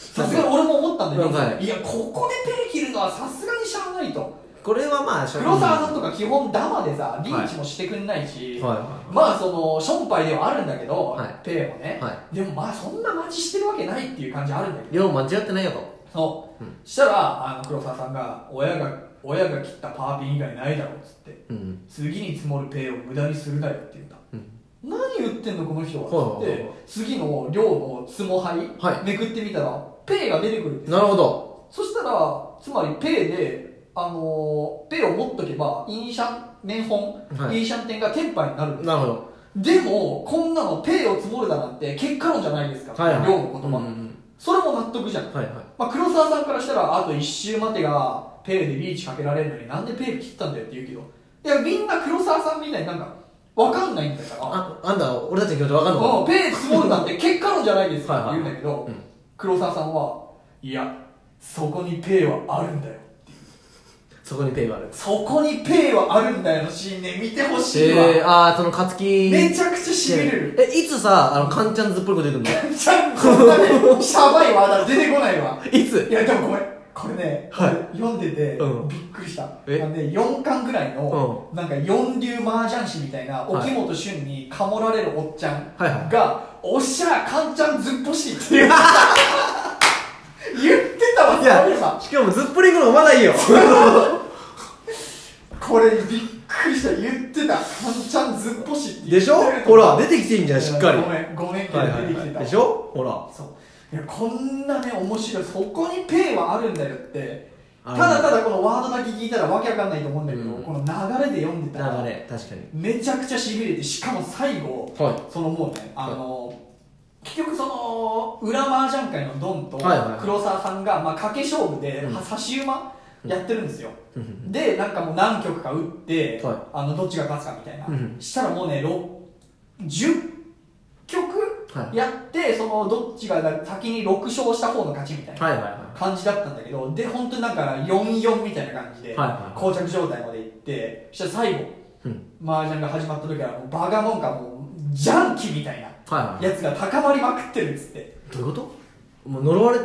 さすがに俺も思ったんだけど、はいいやここでペイ切るのはさすがにしゃあないとこれはまあしょうが黒沢なさんとか基本ダマでさリーチもしてくんないいし、はいはいまあそのションパイではあるんだけど、はいペイもね、はでもまあそんな待ちしてるわけないっていう感じあるんだけど量間違ってないよとそう、うんしたらあの黒沢さんが親が親が切ったパーピン以外ないだろうっつってうん次に積もるペイを無駄にするなよって言うんだうん何言ってんのこの人はっはついはいっはいて次の量の相撲杯、はいめくってみたらペイが出てくるんですなるほどそしたらつまりペイであのーペイを持っとけばインシャン年本、はいインシャン店が天杯になるんですなるほどでもこんなのペイを積もるだなんて結果論じゃないですか、はいはい量の言葉、うんそれも納得じゃん、はいはいまあ、黒沢さんからしたらあと1周待てがペイでリーチかけられるのになんでペイ切ったんだよって言うけどいやみんな黒沢さんみたいになんかわかんないんだからああんた俺たちの気持ち分かんのかうん、ペイ積もるなんて結果論じゃないですかって言うんだけど、いはいうん黒沢さんはいやそこにペイはあるんだよそこにペイがあるそこにペイはあるんだよのシーンね見てほしいわ、えー、ああその勝木めちゃくちゃしびれるえいつさあのカンチャンズっぽいこと言うのちゃんとそんなねシャバいワード出てこないわいついやでもごめんこれね、はい俺読んでて、うんびっくりしたあえのね、4巻ぐらいの、なんか四流麻雀師みたいなはい沖本俊にかもられるおっちゃんが「はいはいおっしゃかんちゃんずっぽし」 っていう言ってたわいやそういえばしかもずっぽり行くのまだ いいよこれびっくりした言ってた「かんちゃんずっぽし」って言でっしてたょよほら出てきてんじゃんしっかりごめんごめんけどはいはい出てきはていた、でしょほらそういやこんなね面白いそこにペイはあるんだよってあたのだただこのワードだけ聞いたらわけわかんないと思うんだけど、うんこの流れで読んでたら流れ確かにめちゃくちゃしびれてしかも最後はそのもうねあの、結局その裏麻雀界のドンとはいはいはい黒沢さんがまあ賭け勝負でうんは差し馬やってるんですよ、いうんでなんかもう何局か打って、はいあのどっちが勝つかみたいな、うんしたらもうねろ10局はいやってそのどっちが先に6勝した方の勝ちみたいなはいはいは感じだったんだけどで本当になんか4-4みたいな感じではいはい膠着状態まで行ってそしたら最後いうん麻雀が始まった時はもうバカもんかもうジャンキみたいなはいはいやつが高まりまくってるっつってどういうこともう呪われ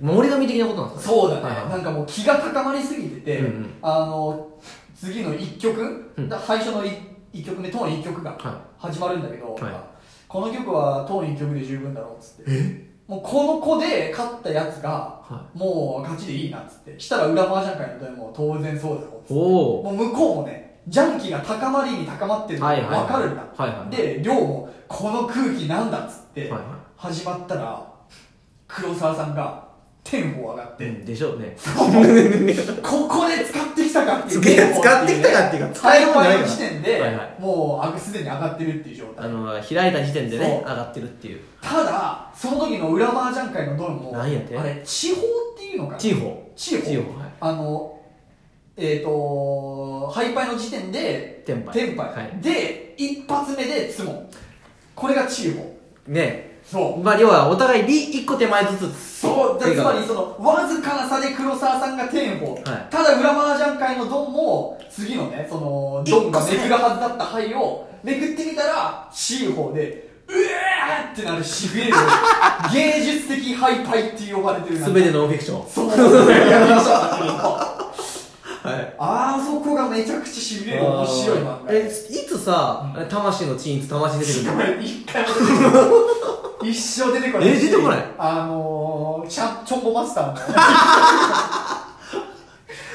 守り神的なことなんですかそうだね、はいはいなんかもう気が高まりすぎてて、うんうんあの次の1曲、うん最初の 1, 曲目当の1曲がは始まるんだけど、はいこの曲は当の1曲で十分だろうっつってもうこの子で勝ったやつがはもう勝ちでいいなっつってしたら裏麻雀界の時も当然そうだろうっつっていおおもう向こうもねジャンキが高まりに高まってるのがはいはい分かるんだ、はいはいで亮もこの空気なんだっつってはいはい始まったら黒沢さんが天歩上がって、でしょうね ここで使ってきたかっていうすげえ使ってきたかっていうか使え最る後もんじゃないかのら時点で、はいはいもうあすでに上がってるっていう状あ態の開いた時点でそうね上がってるっていうただその時の裏麻雀界のドンもなんやてあれ地方っていうのかな地方地方地方はいあのえっ、とハイパイの時点で天杯天敗、はいで一発目でツモこれが地方ねそうまあ要はお互いリ一個手前ずつそうだ手つがまりそのわずかな差で黒沢さんが天保、いただ裏麻雀界のドンも次のねその一個ドンがめくるはずだった牌をめくってみたら C 方でうえーってなるしびれ る芸術的ハイパイって呼ばれてるなんか全てノンフィクションそうやりましたはいあそこがめちゃくちゃしびれる面白い漫画えいつさ、魂のチンいつ魂出てくるの 一回も出てこない一生出てこない え出てこないあのー、ちゃんちょんぼマスターも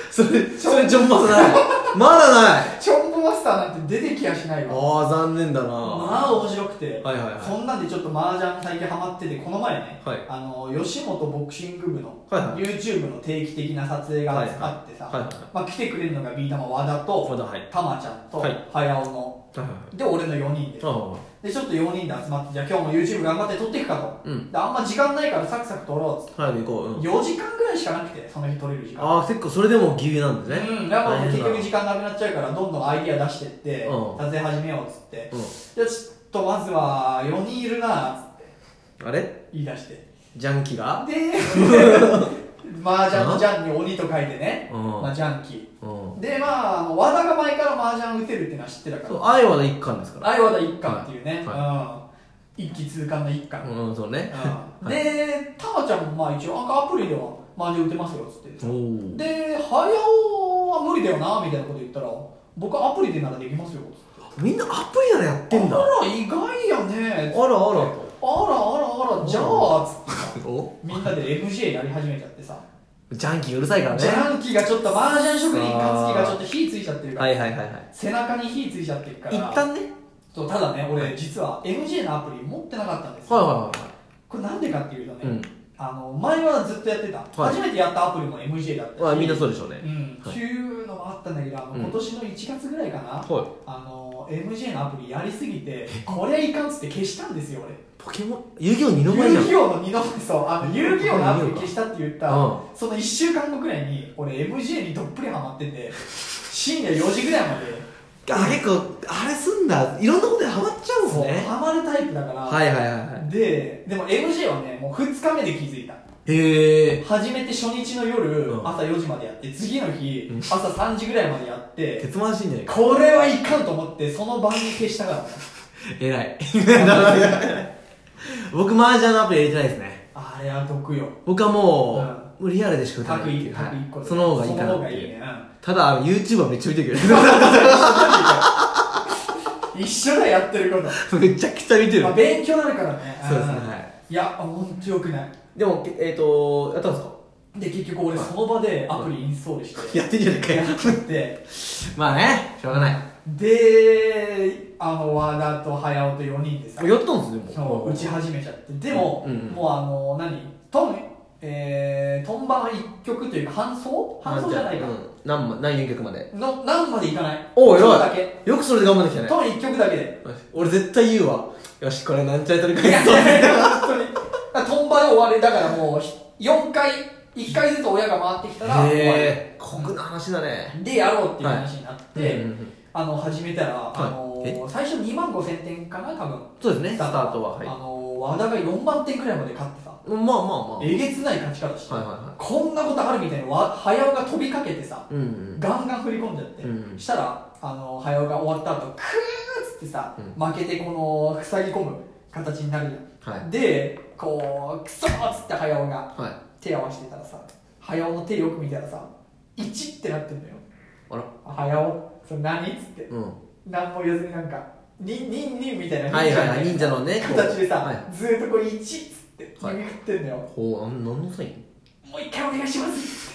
それそれジョンマスないまだないちょんぼマスターなんて出てきやしないわああ残念だなまあ面白くて、はいはいはいそんなんでちょっと麻雀最近ハマっててこの前ね、はいあの吉本ボクシング部のはいはい YouTube の定期的な撮影がはいはいあってさ、はいはいまあ、来てくれるのがビー玉和田と、和田はいたまちゃんと、はいはやおのはいはいで俺の4人であでちょっと4人で集まってじゃあ今日も YouTube 頑張って撮っていくかと、うんであんま時間ないからサクサク撮ろうっつってあ早く行こう、うん、 4時間ぐらいしかなくてその日撮れる時間ああ結構それでもギリなんですねうん、だからもう結局大時変だ間なくなっちゃうからどんどんアイディア出してって、うん撮影始めようっつって、うんじゃあちょっとまずは4人いるなっつってあれ言い出してでジャンキが 麻雀のジャンに鬼と書いてね、うんまあ、ジャンキうんーでまあもう和田が前から麻雀打てるっていうのは知ってたかそうら愛は一貫ですから相和田一貫っていうね、はいうん、一気通貫の一貫、うんうんそうねでたまちゃんもまあ一応なんかアプリでは麻雀打てますよっつっておおで早尾は無理だよなみたいなこと言ったら僕はアプリでならできますよみんなアプリならやってんだああらら意外やねあらとあらあらあらじゃあつってさおみんなで FJ やり始めちゃってさジャンキーうるさいからねジャンキーがちょっと麻雀職人勝つ気がちょっと火ついちゃってるから、はいはいはいはい背中に火ついちゃってるから一旦ねそうただね俺実は MJ のアプリ持ってなかったんですよ、はいはいこれなんでかっていうとね、うんあの前はずっとやってた、い初めてやったアプリも MJ だったし、はいはいみんなそうでしょうねうん、はいっていうのもあったんだけどあのうん今年の1月ぐらいかな、はいあの MJ のアプリやりすぎてこれはいかんっつって消したんですよ俺ポケモン遊戯王二の前じゃ遊ん戯王の二の前そうあの遊戯王のアプリ消したって言った、うんその1週間後ぐらいに俺 MJ にどっぷりハマって て深夜4時ぐらいまであ結構あれすんだいろんなことにハマっちゃうんですそうねハマるタイプだから、はいはいはいはででも MJ はねもう2日目で気づいたいへえ初めて初日の夜、うん朝4時までやって次の日、うん朝3時ぐらいまでやって鉄腕シーンじゃないかこれはいかんと思ってその晩に消したからね 偉い僕麻雀のアプリやりてないですねあれは毒よ僕はもう、もうリアルでしか打た各ないってい一う、各一個はいでその方がいいかなその方っがていいいねううんただあの YouTube はめっちゃ見てるけど一緒だやってるこ とめちゃくちゃ見てるまあ、勉強になるからねそうですねんはいや本当よくないでもけえっ、とやったんですかで結局俺その場でアプリインストールしてやってんじゃねえかよやっちゃってまあねしょうがないもであの和田と早尾と4人でさうやったんですねもそう打ち始めちゃってでも、うんうんもうあの何トンえー、トンバの一曲というか半奏半奏じゃないか、うん、何ま何曲までの何までいかないおおちょっとだ偉けいよくそれで頑張ってきたねトン一曲だけで俺絶対言うわよしこれなんちゃら取りい返 やそう本当にあトンバで終わりだからもう4回1回ずつ親が回ってきたら終わへえ酷な話だねりでやろうっていう話になって、うんうんうんあの始めたら、いあのえ最初2万5千点かな多分そうですねスタートははいあまの和田が4万点くらいまで勝ってさあまあまあえげつない勝ち方して、はいはいはこんなことあるみたいなわ早尾が飛びかけてさうんうんガンガン振り込んじゃって、うんしたらあの早尾が終わった後クーッつってさ、う負けてこの塞ぎ込む形になるじゃん、はいでこうクソーっつって早尾がはい手合わせてたらさ早尾の手よく見たらさ1ってなってんだよあら早尾それ何っつって、うんなんも言わずになんか、にんにんにんみたいなはいはいはい忍者のねこう形でさ、はいずーっとこう、1っつって、はい指振ってんだよ。こうあん何のサインもう一回お願いします。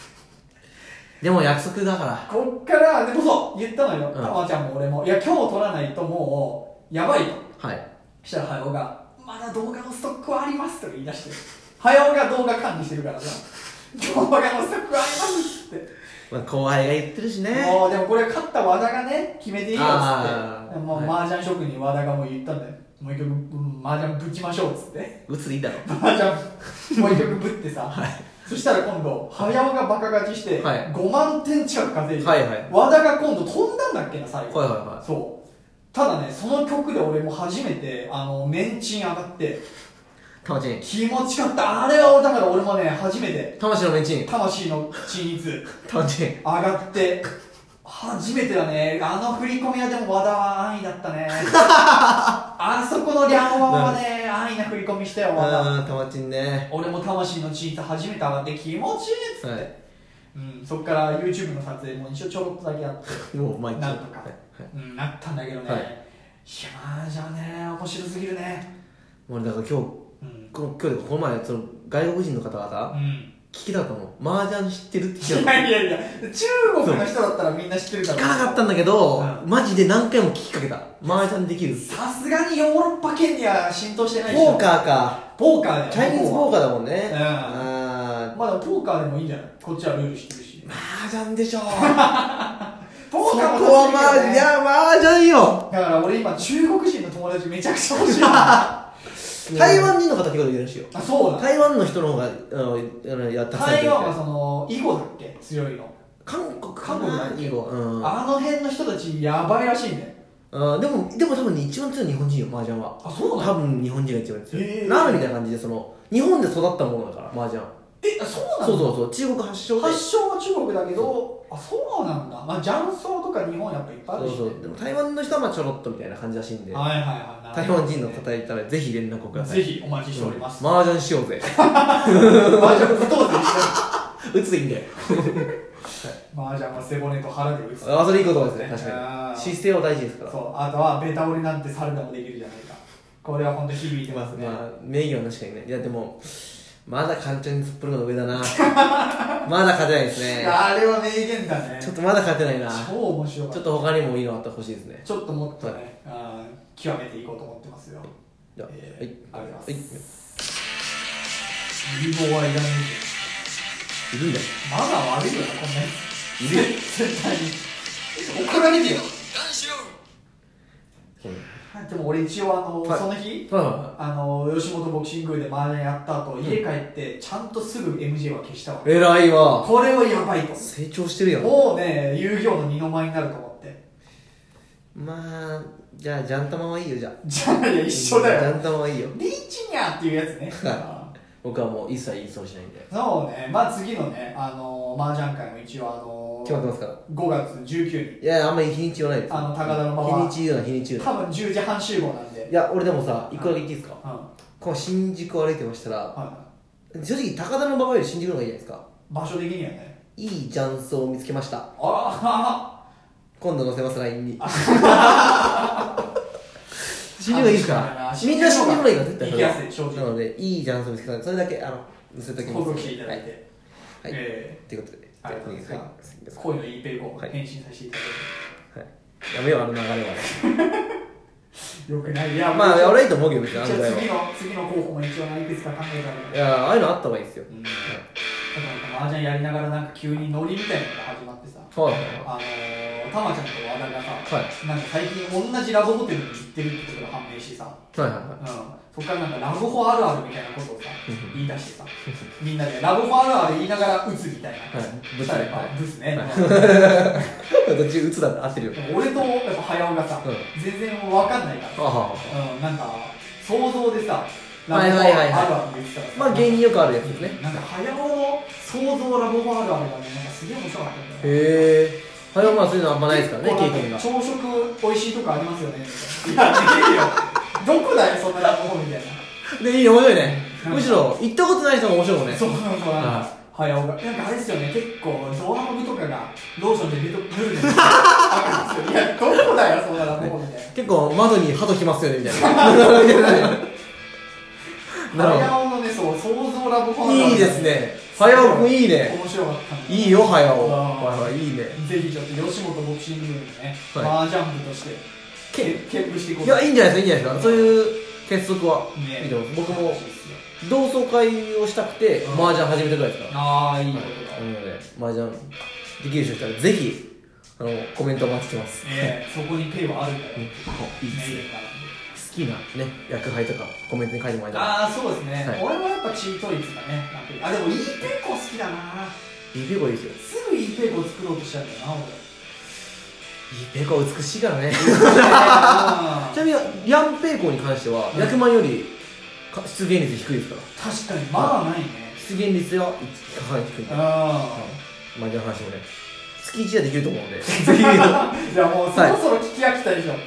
でも約束だからこっから、でもそう、言ったのよ、んたまちゃんも俺も。いや、今日取らないともう、やばいと。はいそしたら、早尾が、まだ動画のストックはありますとか言い出して、早尾が動画管理してるからさ、動画のストックはありますっつって。まあ後輩が言ってるしねもうでもこれ勝った和田がね決めていいよっつあっーてもう麻雀職人和田がもう言ったんだよもう一曲、うん、麻雀ぶちましょうっつって 打つでいいだろ麻雀もう一曲ぶって さ、そしたら今度早尾がバカ勝ちしてはい5万点近く稼いで、はいはい和田が今度飛んだんだっけな最後、はいはいはそうただねその曲で俺も初めてあのメンチン上がっていたまちん気持ちよかったあれはだから俺もね初めて魂のメンチン魂の鎮逸たまちん上がって初めてだねあの振り込みはでも和田は安易だった ねあそこの両方はね安易な振り込みしたよ和田あーたまちんね俺も魂のチーズ初めて上がって気持ちいいっつって、はいうん、そっから YouTube の撮影も一応ちょろっとだけやってもう毎日なんとか、はいはいうん、なったんだけどね、はいい、やーじゃあね面白すぎるね俺だから今日うん、この今日でこの前その外国人の方々うん、聞きたかったもん麻雀知ってるってい聞きたかっやいやいや中国の人だったらみんな知ってるかたら聞かなかったんだけど、うマジで何回も聞きかけた麻雀できるさすがにヨーロッパ圏には浸透してないでしポょーカーかポーカーだよチャイニーズポーカカーだもんね、うんあまあでもポーカーでもいいんじゃないこっちはルール知ってるしー麻雀 でしょそこはまあポーカーも楽しいいよねや麻雀よだから俺今中国人の友達めちゃくちゃ欲しいもんあ台湾人の方結構いるらしいよそうだ台湾の人の方があのあのやったくさんいるみた台い湾はその囲碁だっけ強いの、韓国か韓国だなっけ囲碁うんあの辺の人たちやばいらしいねあーでもでも多分ね一番強い日本人よ麻雀はあそうな多の分日本人が一番強い、へーラーメンみたいな感じでその日本で育ったものだから麻雀えあそうなのそうそうそう中国発祥で発祥は中国だけどあそうなんだまあ雀荘とか日本やっぱいっぱいあるし、ね、そうそうでも台湾の人はまあちょろっとみたいな感じらしいんではいはいはい台湾人の方いたらぜひ連絡をくださいぜひお待ちしております、麻雀しようぜマージャン不当然して打つでいいんだよマージャンは背骨と腹で打つあそれいいことですね確あかーに姿勢は大事ですからそうあとはベタ折りなんて猿でもできるじゃないかこれは本当響いてますね、まあ名義は確かにねいやでもまだ簡単に突っ張るのが上だ なまだ勝てないですねあれは名言だねちょっとまだ勝てないな超面白かっちたょっと他にもいいのあったら欲しいですねちょっともっとね、あー極めていこうと思ってますよ。じゃあ、えはいーありがとうごはざいいます。有望はいらないいるんだよまだ悪いよな、こんなやつ。いるよ絶対に。怒られてるよ。男子のそうねでも俺一応、あの、はいその日、はいはいはあの、吉本ボクシングでマージャンやった後、家帰って、ちゃんとすぐ MJ は消したわ。い偉いわこれはやばいと。成長してるやんもうね、遊戯王の二の舞になると思って。まあじゃあジャンタマはいいよじゃあじゃあ、いや、一緒だジよ。ャンタマはいいよリーチニャーっていうや つね。は僕はもう一切言いそうしないんでそうね、まあ次のね、あのー、麻雀会も一応、あの決まってー、ますから5月19いやあんまり日にち言わないですあの高田の馬場日にち言うな日にち日、言うな多分10時半集合なんで、いや俺でもさ一個だけ言っていいですかうん、はこの新宿を歩いてましたらい正直高田の馬場より新宿の方がいいじゃないですか場所的にはね、いい雀荘を見つけましたあ今度載せます LINE に 死新ぬ宿のがいいいいでですすかからみんな新宿の方がいいから絶対それは行きやすい正直なのでいい雀荘を見つけたんでそれだけあの載せときますー、報告していただいて、はいはいえということでー、ありがとうございます。はいこういうのいいペイコはい返信させていただいはいやめようあの流れはね て、よくない、いや、まあもう俺はいいと思うけど別じにゃあのあ次ぐらいのは、次の候補も一応、いくつか考えてあるいやああいうのあった方がいいですよ、うんだからなんか麻雀やりながら、なんか急にノリみたいなのが始まってさ。はいあのー、たまちゃんと和田がさ、はなんか最近同じラブホテルに行ってるってことが判明してさ、はいはいはいはうん、そっからなんかラブホあるあるみたいなことをさ、言い出してさ、みんなでラブホあるある言いながら打つみたいな。はいブスねやっぱはいブスね。いどっち打つだって合ってるようん俺とやっぱ早尾がさ、う全然分かんないかあははら、うん、なんか想像でさ、ラはブいホはいはいはいあるある言ってたらさ、まあ芸人よくあるやつですねなんか早尾の想像ラブホあるあるがね、なんかすげえ面白かったんだよ。へえ早まあそういうのあんまないですからね結構経験が朝食美味しいとこありますよねみたいないやねえよどこだよそんなラブホみたいでないいね面白いねうんむしろ行ったことない人も面白いもんねそうそうそうなんはか早尾がなんかあれですよね結構ドアノブとかがローションでビトブルー であるんですよいやどこだよそんなラブホみたい結構窓に鳩来ますよねみたいなななる早尾のねそう想像ラブほホどなんだよいいですね早尾くんいいね面白かったんでいいよ早尾あーはいはいいいねぜひちょっと吉本ボクシング部のね、はいマージャン部としてけ兼部していこういやいいんじゃないですかいいんじゃないですかそういう結束は、ねいいと思います僕も楽しいっすよ同窓会をしたくてうん麻雀始めたぐらいですからああいいことだ、なので、麻雀できる人いたら、ぜひ、あの、コメントお待ちしてます。ねえ、そこにペイはあるから、うんね、いいですね。か好きなね、役配とか、コメントに書いてもらえたら。らああそうですね、はい俺もやっぱチート率がね楽にあでもいいペイコ好きだないいペコいいですよ。いすぐいいペイコ作ろうとしちゃうんだよな 俺いペコ美しいからね。ちうんなみに、ヤンペイコに関しては、うん役満よりか出現率低いですから。確かにまだないね出現率は、かなり低いんで。麻う雀の話もね、月1はできると思 うんで、ぜひ。いんじゃあもうそろそろ聞き飽きたでしょ、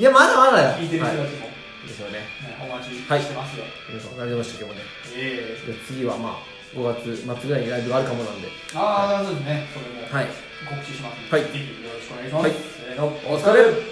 や、まだまだよ。聞いてる人たちも、はいでね、すよね。お待ちしてますよ、皆さん、わかりましたけどもね。ええじゃあ次は、まあ、5月末ぐらいにライブがあるかもなんで。ああそうですねそれもはい。告知しますので、はいぜひよろしくお願はいいします、せーのお疲れ